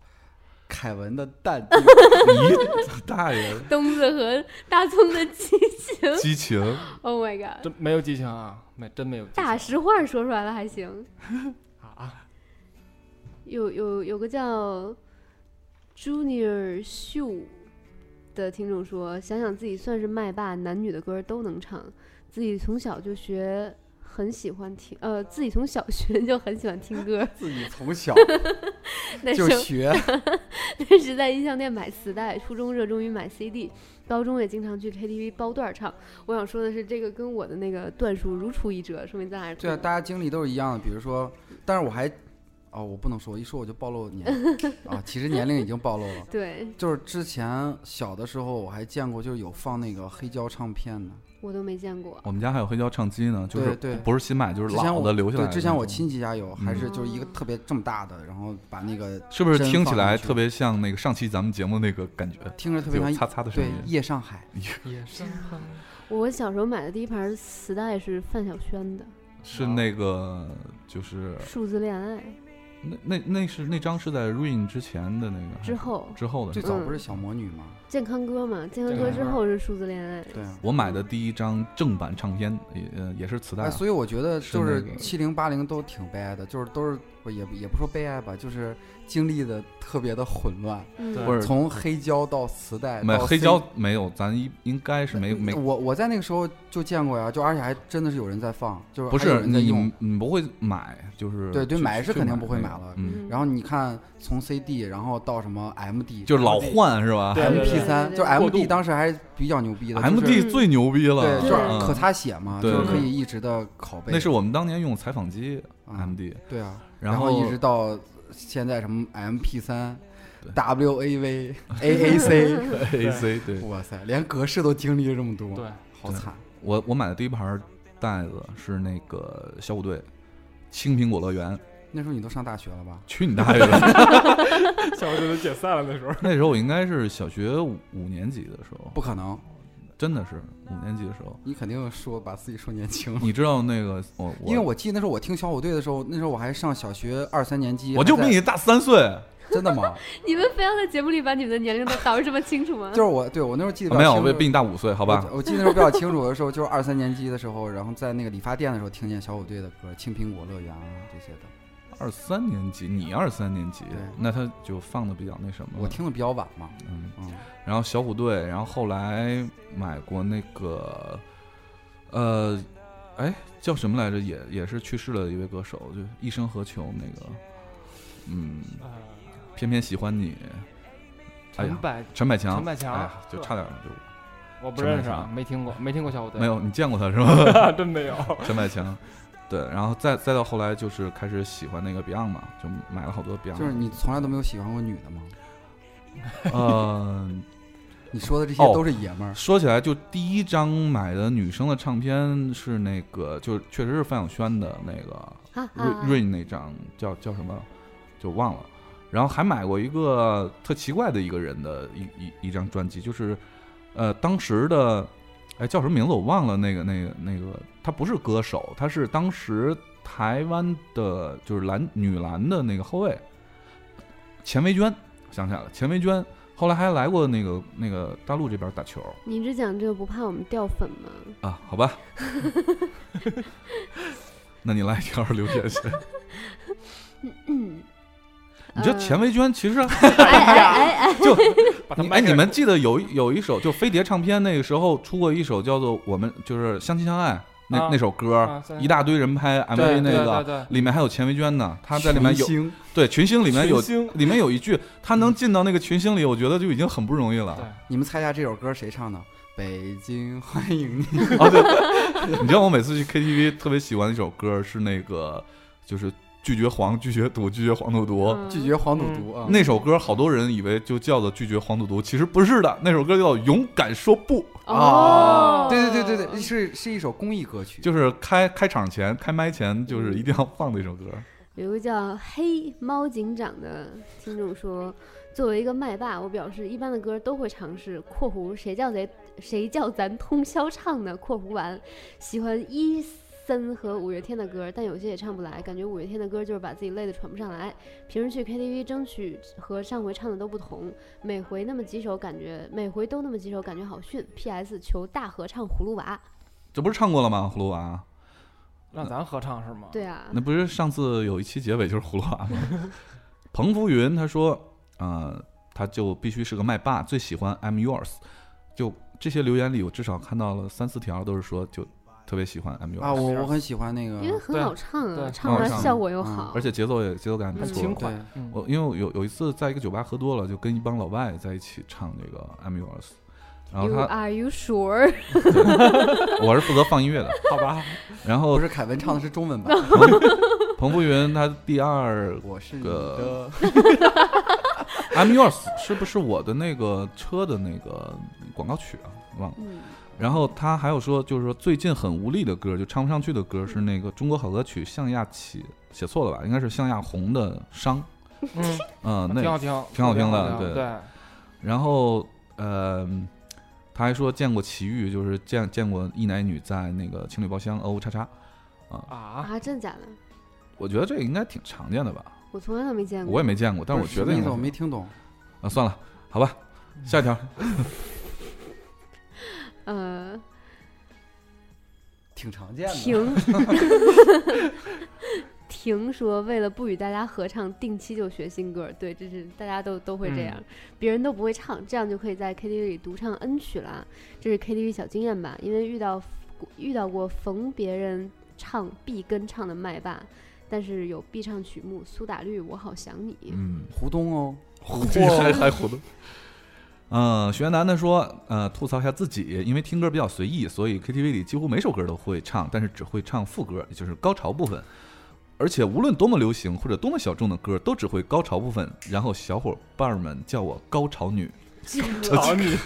凯文的淡定，
咦，大爷，
东子和大葱的激情 *laughs*
激情！
，Oh my god！
真没有激情啊，没真没有激情。
大实话说出来了还行。
啊，
有有有个叫 Junior 秀的听众说，想想自己算是麦霸，男女的歌都能唱，自己从小就学。很喜欢听，呃，自己从小学 *laughs* 就很喜欢听歌，
*laughs* 自己从小
那时
就
*laughs* 候
学， *laughs*
那时在音像店买磁带，初中热衷于买 CD，高中也经常去 KTV 包段儿唱。我想说的是，这个跟我的那个段数如出一辙，说明咱俩是
对啊，
同
大家经历都是一样的。比如说，但是我还，哦，我不能说，一说我就暴露年啊，其实年龄已经暴露了。
对
就是之前小的时候，我还见过，就是有放那个黑胶唱片的。
我都没见过。
我们家还有黑胶唱机呢，就是
对对
不是新买就是
之前
老
我
的留下来
对，
的
之前我
那种
亲戚家有，还是
嗯
就是一个特别这么大的，然后把那个
是不是
真
听起
放进
来
去
特别像那个上期咱们节目那个感觉，
听着特别
有
像
擦擦的声
对
音？
夜上海，
也是
我小时候买的第一盘磁带是范晓萱的
是那个就是
《数字恋爱》，
那那那是那张是在 Rain 之前的那个
之后
之后的
最
是吧。
早不是小魔女吗？
健康歌嘛，健康
健
歌
康
之
歌
后是《数字恋爱》。
对啊。
我买的第一张正版唱片，也呃也是磁带
哎，
啊，
所以我觉得
是
就
那
是
个
七零八零都挺悲哀的，就是都是不也也不说悲哀吧，就是经历的特别的混乱，
嗯
对
不是
从黑胶到磁带，
没
到
黑
C-
胶没有，咱应应该是没没
我我在那个时候就见过呀，就而且还真的是有人在放，就是
不
还有
是
人在用
你。你不会买，就是
对对
去
买是
去
肯定不会
那
买
个
了
嗯，
然后你看从 CD，然后到什么 MD，
就是老换是吧
对对
MP
对
三，
对对
就是
过渡
MD 当时还是比较牛逼的就是
？MD 最牛逼了，
对，就是
嗯
可擦血嘛，就
对
是可
对
以一直的拷贝。
那是我们当年用采访机
啊
MD，
对啊，
然
后
后
一直到现在什么 MP 三
对、 *laughs*
WAV、AAC，
AC 对，
*laughs* 哇塞，连格式都经历了这么多，
对，
好惨。
我我买的第一盘袋子是那个小虎队《青苹果乐园》，
那时候你都上大学了吧？
去你大爷 *laughs* 的！
小学都解散了那时候。
那时候我应该是小学五五年级的时候，
不可能，
真的是五年级的时候，
你肯定说把自己说年轻，
你知道那个我我
因为我记得那时候我听小虎队的时候，那时候我还上小学二三年级，
我就
还
比
在
你大三岁，
真的吗？
你们非要在节目里把你们的年龄都导致这么清楚吗？
就是我对我那时候记得比
啊没
较
有，
清
我
楚
比你大五岁，好吧？
我我记得那时候比较清楚的时候，就是二三年级的时候，然后在那个理发店的时候听见小虎队的歌，《青苹果乐园》啊这些的。
二三年级，你二三年级
对，
那他就放的比较那什么了。
我听的比较晚嘛，
嗯，
嗯，
然后小虎队，然后后来买过那个，呃，哎，叫什么来着？也也是去世了的一位歌手，就一生何求那个，嗯，偏偏喜欢你，哎呀
陈百，
陈百强，
陈百强
哎呀，就差点儿就
我不认识
陈百
啊，
强
没听过，没听过小虎队，
没，有，你见过他是
*laughs*
吗？
真没有。
陈百强，对，然后再再到后来就是开始喜欢那个 Beyond 嘛，就买了好多 Beyond，
就是你从来都没有喜欢过女的吗？
呃，
你说的这些
哦
都是爷们儿，
说起来，就第一张买的女生的唱片是那个，就确实是范晓萱的那个
啊
瑞
啊！
瑞那张叫叫什么，就忘了。然后还买过一个特奇怪的一个人的一一一张专辑，就是呃当时的哎叫什么名字我忘了，那个那个那个他不是歌手，他是当时台湾的就是篮女篮的那个后卫钱维娟，想起来了，钱维娟后来还来过那个那个大陆这边打球。
你只讲这个不怕我们掉粉吗？
啊，好吧， *laughs* 那你来一条刘姐 *laughs* 姐。嗯你知道钱维娟其实
呃
哎
哎
就
把他
你
麦
哎，
给
你们记得有一有一首就飞碟唱片那个时候出过一首叫做《我们就是相亲相爱》那、
啊
那首歌，
啊相亲
一大堆人拍 MV
对
那
对
个
对对
里面还有钱维娟呢，她在里面有
群星
对群星里面有
群星
里面有一句她能进到那个群星里，我觉得就已经很不容易了。
对
你们猜一下这首歌谁唱的？北京欢迎你，
*laughs*
你知道我每次去 KTV 特别喜欢的一首歌是那个，就是拒绝黄、拒绝赌、拒绝黄赌毒。
嗯
拒绝黄赌毒啊！
那首歌好多人以为就叫做拒绝黄赌毒，其实不是的，那首歌叫勇敢说不，
哦，
啊对对对对对，是是一首公益歌曲，
就是开开场前、开麦前就是一定要放的一首歌。
有一个叫黑猫警长的听众说，作为一个麦霸，我表示一般的歌都会尝试（括弧谁叫贼谁叫咱通宵唱呢？）（括弧完）喜欢伊森和五月天的歌，但有些也唱不来，感觉五月天的歌就是把自己累得喘不上来。平时去 KTV 争取和上回唱的都不同，每回那么几首，感觉每回都那么几首，感觉好逊。P.S. 求大合唱《葫芦娃
这不是唱过了吗？葫芦娃，
让咱合唱是吗》。？
对啊
那，不是上次有一期结尾就是葫芦娃吗？彭福云他说，呃，他就必须是个麦霸，最喜欢 I'm Yours。就这些留言里，我至少看到了三四条都是说就特别喜欢 I'm Yours，、
啊，我我很喜欢那
嗯
个，
因为很
对
好唱啊，
对
唱
很
完
好唱
效果又
嗯
好，
而且节奏也节奏感不
很
错。
轻快
对，
嗯
我因为我有有一次在一个酒吧喝多了，就跟一帮老外在一起唱这个 I'm Yours，然后
You
他
are you sure？
我是负责放音乐的，
*laughs* 好吧，
然后
不是凯文唱的是中文版，
嗯
彭福云他第二
我是你
个
的
I'm Yours 是不是我的那个车的那个广告曲啊？忘了。
嗯，
然后他还有说，就是说最近很无力的歌，就唱不上去的歌是那个中国好歌曲向亚起写错了吧？应该是向亚红的《伤》。
嗯，
啊
嗯，那
挺
个
好听，
挺好听的对
对
然后呃，他还说见过奇遇，就是见见过一男一女在那个情侣包厢哦叉叉。
啊，
啊，真的假的？
我觉得这个应该挺常见的吧，
我从来都没见过。
我也没见过，但是我
嗯不是
觉得
什么意
应
思
该
我没听懂，
啊，算了，好吧，下一条。
呃，
挺常见的。
婷， *laughs* 婷说为了不与大家合唱，定期就学新歌。对，这是大家都都会
嗯
这样，别人都不会唱，这样就可以在 KTV 里独唱 N 曲啦。这是 KTV 小经验吧？因为遇到遇到过逢别人唱必跟唱的麦霸，但是有必唱曲目，苏打绿《我好想你》
嗯，
胡东哦，
糊还还糊涂。嗯，学员男的说，呃，吐槽一下自己，因为听歌比较随意，所以 KTV 里几乎每首歌都会唱，但是只会唱副歌，也就是高潮部分。而且无论多么流行或者多么小众的歌，都只会高潮部分。然后小伙伴们叫我高潮女 *laughs*
找你，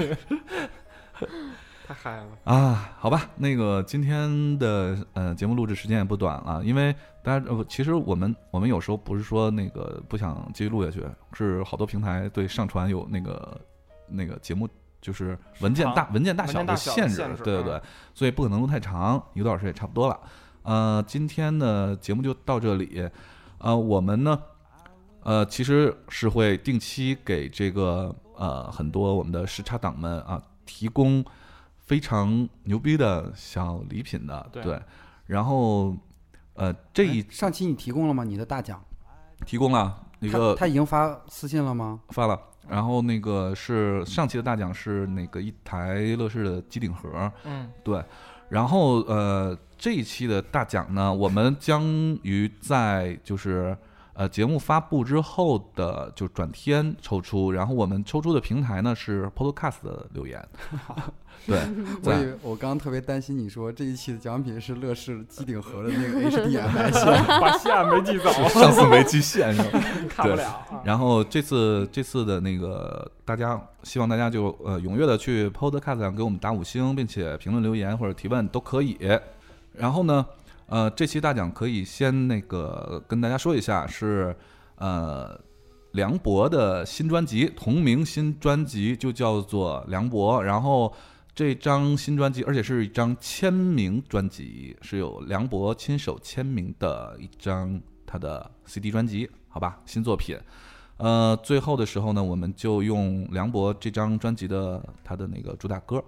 太嗨了，
啊，好吧，那个今天的呃节目录制时间也不短了，因为大家呃，其实我们我们有时候不是说那个不想继续录下去，是好多平台对上传有那个那个节目就是文件大
长
文件大
文
小
件
的
大小的
限制
限，制
对对
嗯
对，所以不可能录太长，一个多小时也差不多了。呃，今天的节目就到这里，呃，我们呢，呃，其实是会定期给这个呃很多我们的时差党们啊提供非常牛逼的小礼品的，
对
对，然后呃这一
哎上期你提供了吗？你的大奖，
提供了一
他
个
他已经发私信了吗？
发了，然后那个是上期的大奖是那个一台乐视的机顶盒，
嗯，
对，然后呃，这一期的大奖呢，我们将于在就是呃节目发布之后的就转天抽出，然后我们抽出的平台呢是 Podcast 的留言，对，
我
在
以为我刚刚特别担心你说这一期的奖品是乐视机顶盒的那个 HDMI
*laughs*
线，
把线没记走， *laughs*
上次没极限是吧？
看不了啊。
然后这次这次的那个大家，希望大家就呃踊跃的去 Podcast 上给我们打五星，并且评论留言或者提问都可以。然后呢，呃，这期大奖可以先那个跟大家说一下是呃梁博的新专辑，同名新专辑就叫做梁博，然后。这张新专辑，而且是一张签名专辑，是有梁博亲手签名的一张他的 CD 专辑，好吧，新作品。呃，最后的时候呢，我们就用梁博这张专辑的他的那个主打歌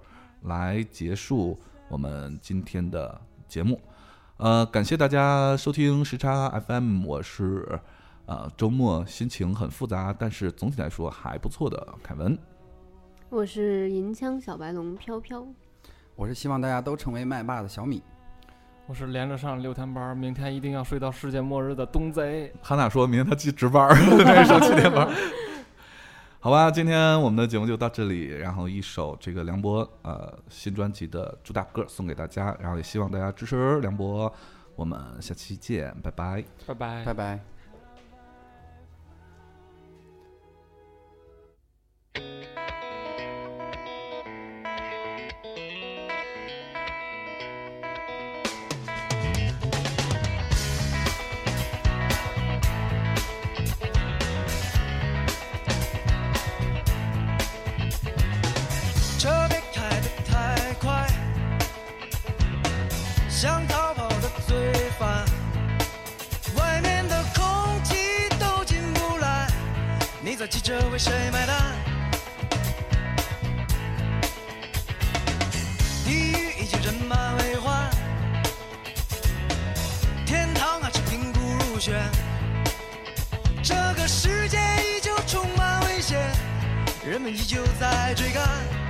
来结束我们今天的节目。呃，感谢大家收听时差 FM，我是呃周末心情很复杂，但是总体来说还不错的凯文。
我是银枪小白龙飘飘，
我是希望大家都成为麦霸的小米。
我是连着上六天班，明天一定要睡到世界末日的东贼。
汉娜说明天他去值班儿，那首七天班儿。好吧，今天我们的节目就到这里，然后一首这个梁博呃新专辑的主打歌送给大家，然后也希望大家支持梁博，我们下期见，拜拜。
拜拜。
哎
拜拜。
车别开得太快，想逃跑的罪犯，外面的空气都进不来，你在汽车为谁买单？地狱已经人满为患，天堂还是评估入选，这个世界依旧充满危险，人们依旧在追赶。